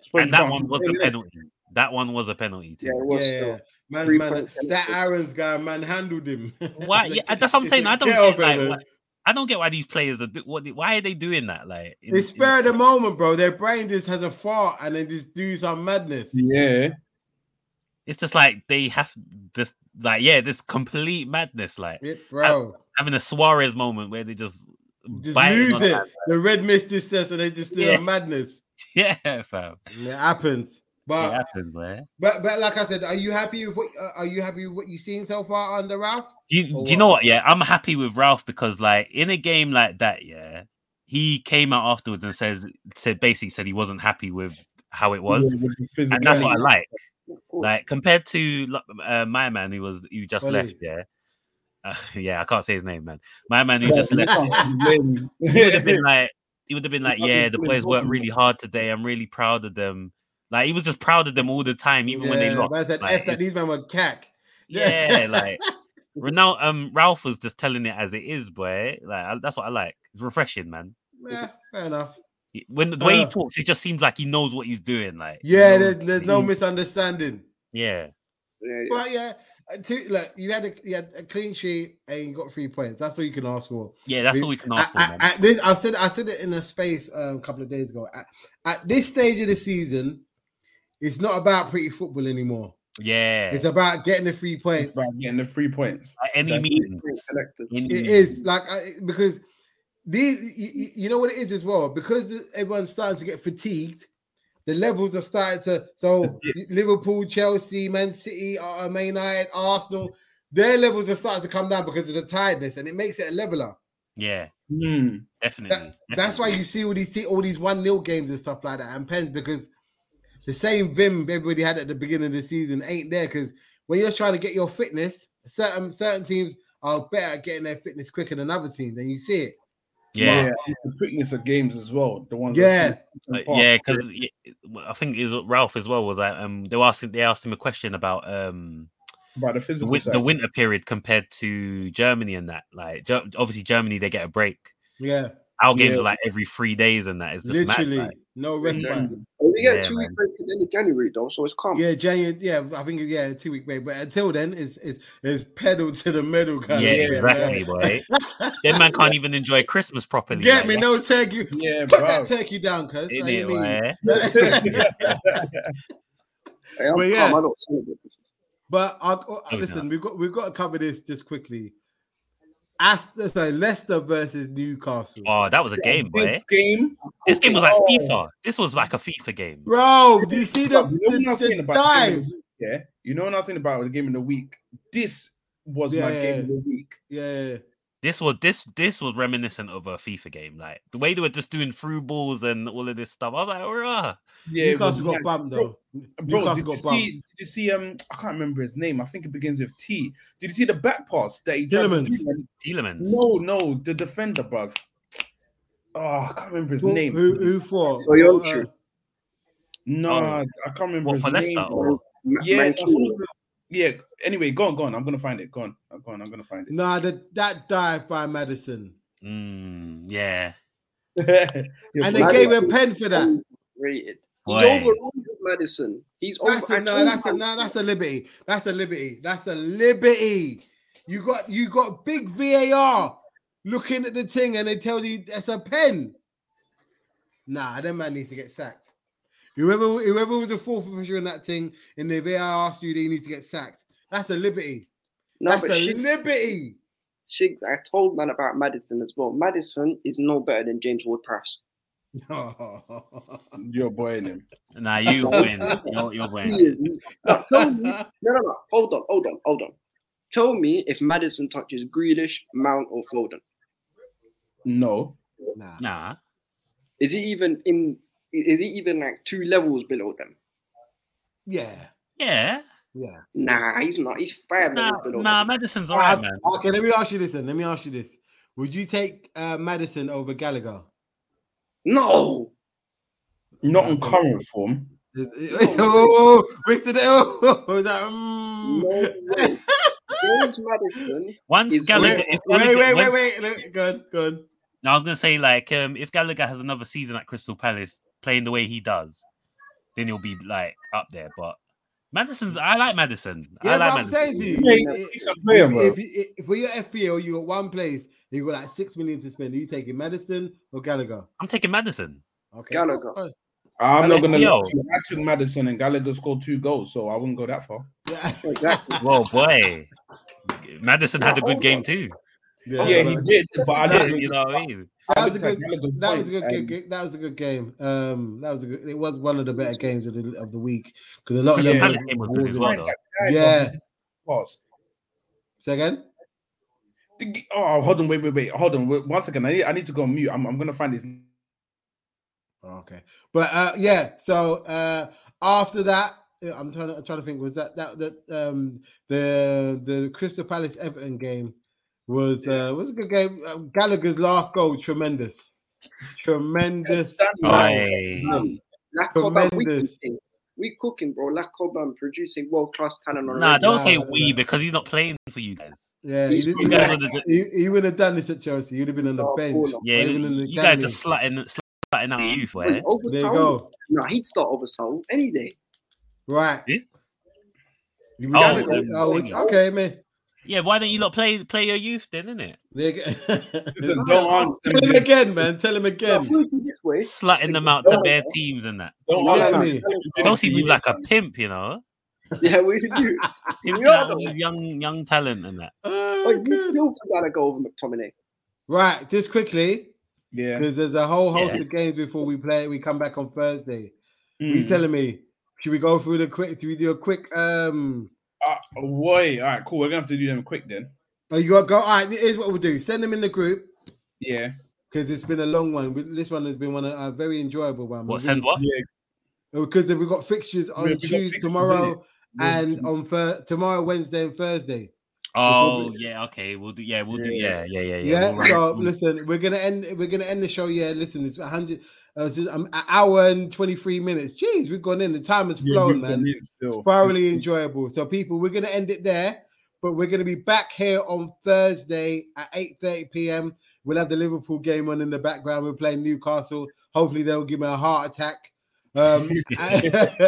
Suppose And you that can't- one was a penalty. That one was a penalty Yeah, too. it Yeah, was yeah, still. man, Three man, points, yeah. that Aaron's guy man handled him. [LAUGHS] Why? Like, Yeah, that's what I'm saying. I don't get get, off it, like, man. why- I don't get why these players are do, what. Why are they doing that? Like, in- They in- spare the moment, bro. Their brain just has a fart and they just do some madness. Yeah. it's just like they have this. Like, yeah, this complete madness. Like It- bro. having a Suarez moment where they just, Just biting lose on- it. The red mist just says, and they just do Yeah. a madness. [LAUGHS] Yeah, fam. It happens. But it happens, man. But but like I said, are you happy with what uh, are you happy with what you've seen so far under Ralph? Or Do you, do you what? know what? Yeah, I'm happy with Ralph because, like, in a game like that, yeah, he came out afterwards and says, said basically said he wasn't happy with how it was, Yeah, with the and that's physicality. what I like. Of course. Like compared to lo- uh, my man who was who just Oli. left, yeah, uh, [LAUGHS] yeah, I can't say his name, man. My man who just left [LAUGHS] would have been like, he would have been like, Fucking yeah, the Colin boys worked Robinson. really hard today. I'm really proud of them. Like he was just proud of them all the time, even when they Yeah, lost. man said Like, F that these men were cack. Yeah, [LAUGHS] like Ronaldo, um, Ralph was just telling it as it is, boy. Like I, that's what I like. It's refreshing, man. Yeah, fair enough. He- When the way Uh. he talks, it just seems like he knows what he's doing. Like he Yeah, knows- there's there's no he- misunderstanding. yeah, Yeah, yeah. But yeah, uh, two, look, you had a you had a clean sheet and you got three points. That's all you can ask for. yeah. That's We- all we can I, ask for, I, man. I, this, I said I said it in a space um, a couple of days ago. At, at this stage of the season, it's not about pretty football anymore. yeah, It's about getting the [LAUGHS] three It's points. about getting the three points. At any that's- meeting. Collectors. In- It Mm. is like I, because these, you, you- you know what it is as well, because the- everyone's starting to get fatigued. The levels are starting to so Liverpool, Chelsea, Man City, uh, Man United, Arsenal. Their levels are starting to come down because of the tiredness, and it makes it a leveler. Yeah, Hmm. definitely. That, that's why you see all these te- all these one 0 games and stuff like that, and pens because the same vim everybody had at the beginning of the season ain't there. Because when you're trying to get your fitness, certain certain teams are better at getting their fitness quicker than other teams, and you see it. yeah, it's the quickness of games as well. The ones Yeah, Uh, that come yeah, fast. because I think is Ralph as well was like um they were asking they asked him a question about um about the the, physical win- side. the winter period compared to Germany and that like Ger- obviously Germany they get a break yeah, our games Yeah. are like every three days and that it's just mad, literally like. no Yeah. respite. Oh, we get Yeah, two man. weeks break at the end of January though, so it's Mm. calm. Yeah, January. Yeah, I think it's yeah two week break, but until then, it's it's it's pedal to the metal kind yeah, of. thing, man. exactly, boy. That man can't even enjoy Christmas properly. Get me like, no turkey. Yeah, Put bro. that turkey down, cuz. innit, How you mean? boy? Hey, But I'm calm. yeah. I don't celebrate. But I'll, I'll- No, he's listen, we've got we've got to cover this just quickly. Aston, sorry, Leicester versus Newcastle. Oh, that was a game, boy. [LAUGHS] This game, This game was like Oh. FIFA. This was like a FIFA game. Bro, do you see you the, know the, what I was saying the about the game of dive? the week, yeah, you know what I was saying about the game of the week. This was my Yeah. game of the week. Yeah, yeah, This was this this was reminiscent of a FIFA game. Like the way they were just doing through balls and all of this stuff. I was like, "Hurrah." Yeah, yeah. it was Newcastle got mad. bumped though. Bro, Newcastle did you got see? Did you see? Um, I can't remember his name. I think it begins with T. Did you see the back pass that he tried to Tielemans. do? And- Tielemans. No, no, the defender, bruv. Oh, I can't remember his Who, name. who, who for? Toyota. No, Oh. I can't remember What, his for name. Leicester bruv. or- Ma- Yeah, that's Mancini. one of the- yeah. Anyway, go on, go on. I'm gonna find it. Go on, go on. I'm gonna find it. Nah, that that dive by Madison, Mm, yeah. [LAUGHS] Yeah, and bro. they Madison- gave a pen for that. Rated. He's Boy. overruled with Madison. He's over. That's a, and no, all that's a, that- no, that's a liberty. That's a liberty. That's a liberty. You got you got big VAR looking at the thing and they tell you that's a pen. Nah, that man needs to get sacked. Whoever whoever was a fourth official in that thing and the VAR asked you, they need to get sacked. That's a liberty. No, that's but a Shig- [LAUGHS] liberty. Shig- I told man about Madison as well. Madison is no better than James Ward-Prowse. You're boying him. [LAUGHS] Nah, you win. You're, you're He winning. is. No, tell me, no, no, no. Hold on, hold on, hold on. Tell me if Madison touches Grealish, Mount, or Foden. No, nah. Nah. Is he even in? Is he even like two levels below them? Yeah. Yeah. Yeah. Nah, he's not. He's five Nah, levels below. nah them. Madison's alright, Uh, man. Okay, let me ask you this then. Let me ask you this. Would you take uh, Madison over Gallagher? No. not in That's a- current form. Is- is- [LAUGHS] Oh, Mr. [LAUGHS] Oh, is that, mm. No [LAUGHS] way. James Madison. Once It's- Gallagher, wait, if wait, Gallagher wait, when- wait, wait, wait. Go on, go on. No, I was gonna say like um, if Gallagher has another season at Crystal Palace playing the way he does, then he'll be like up there. But Madison's, I like Madison. Yeah, I like but I'm saying to you, Yeah, i- he's- he's a player, bro. if, if, you- if for your FPL you got one place, you got like six million to spend. Are you taking Madison or Gallagher? I'm taking Madison. Okay, Gallagher. Oh, I'm not gonna. Yo. lie to you. I took Madison and Gallagher scored two goals, so I wouldn't go that far. yeah, Exactly. Well, boy, Madison had a Hold good Oh, on. game too. yeah, yeah, he but did, but I didn't. [LAUGHS] You know what I mean? I that was a looked at Gallagher's good. That was a points good, and- good. That was a good game. Um, that was a good. It was one of the better games of the of the week because a lot of Crystal them. Yeah. Palace game was good as well, though. Yeah. Pause. Say again. The g- Oh, hold on, wait, wait, wait, hold on, wait, one second. I need, I need to go on mute. I'm, I'm gonna find his. Oh, okay, but uh, yeah. So uh, after that, uh, I'm trying to I'm trying to think. Was that that that um the the Crystal Palace Everton game was uh, was a good game. Um, Gallagher's last goal, tremendous, tremendous. Boy. Um, Lacoba, we Tremendous. cooking. We cooking, bro. Lacoba and producing world class talent on Nah, don't say Nah, we nah. because he's not playing for you guys. Yeah, he, He's didn't- You guys are the, he, he wouldn't have done this at Chelsea. He'd have been on the Oh, bench. cool. yeah, or even in the you guys are academy. slutting, slutting out the youth, where? Over There you Saul. go. Nah, he'd start over Saul any day. Right. Yeah. You Oh, gotta go- um, oh, which- okay, man. Yeah, why don't you lot play play your youth then, innit? There you go. [LAUGHS] Listen, don't answer. Tell him again, man. Tell him Yeah. again. This way. Slutting them out to their teams and that. Don't Yeah, answer. man. Chelsea move like a pimp, you know. Yeah, we [LAUGHS] oh, do. Pimping Yeah. out all these young young talent and that. Oh, Like, good. you still gotta go over McTominay. Right, just quickly, Yeah. because there's a whole host Yeah. of games before we play. We come back on Thursday. You Mm. telling me? Should we go through the quick? Should we do a quick? Um, Ah, boy. All right, cool. We're gonna have to do them quick then. oh, you got to go. All right, here's what we'll do: send them in the group Yeah. because it's been a long one. We- This one has been one a, a very enjoyable one. What send what? Yeah. Because we've got fixtures on We've got Tuesday, fixtures, tomorrow, innit? and on Thur- tomorrow, Wednesday, and Thursday. Oh yeah, okay. We'll do yeah, we'll do yeah, yeah, yeah, yeah. Yeah. we'll So wrap- listen, we're gonna end. We're gonna end the show. Yeah. Listen, it's 100. Uh, it's just, um, an hour and 23 minutes. Jeez, we've gone in. The time has Yeah, flown, we've man. done it still. thoroughly enjoyable. So, people, we're going to end it there, but we're going to be back here on Thursday at 8:30 p.m. We'll have the Liverpool game on in the background. We're playing Newcastle. Hopefully, they'll give me a heart attack. Um, [LAUGHS]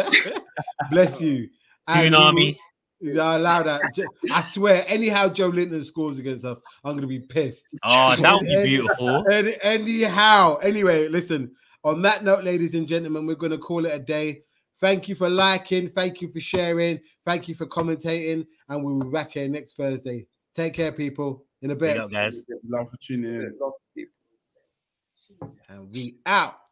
bless you. And we will- Tsunami. Yeah, allow that. Jo- I swear, anyhow Joe Linton scores against us, I'm going to be pissed. Oh, that would [LAUGHS] Yeah. be beautiful. Any, anyhow, anyway, listen. On that note, ladies and gentlemen, we're going to call it a day. Thank you for liking. Thank you for sharing. Thank you for commentating. And we'll be back here next Thursday. Take care, people. In a Big bit. up, guys. Love for tuning in. Love people. And we out.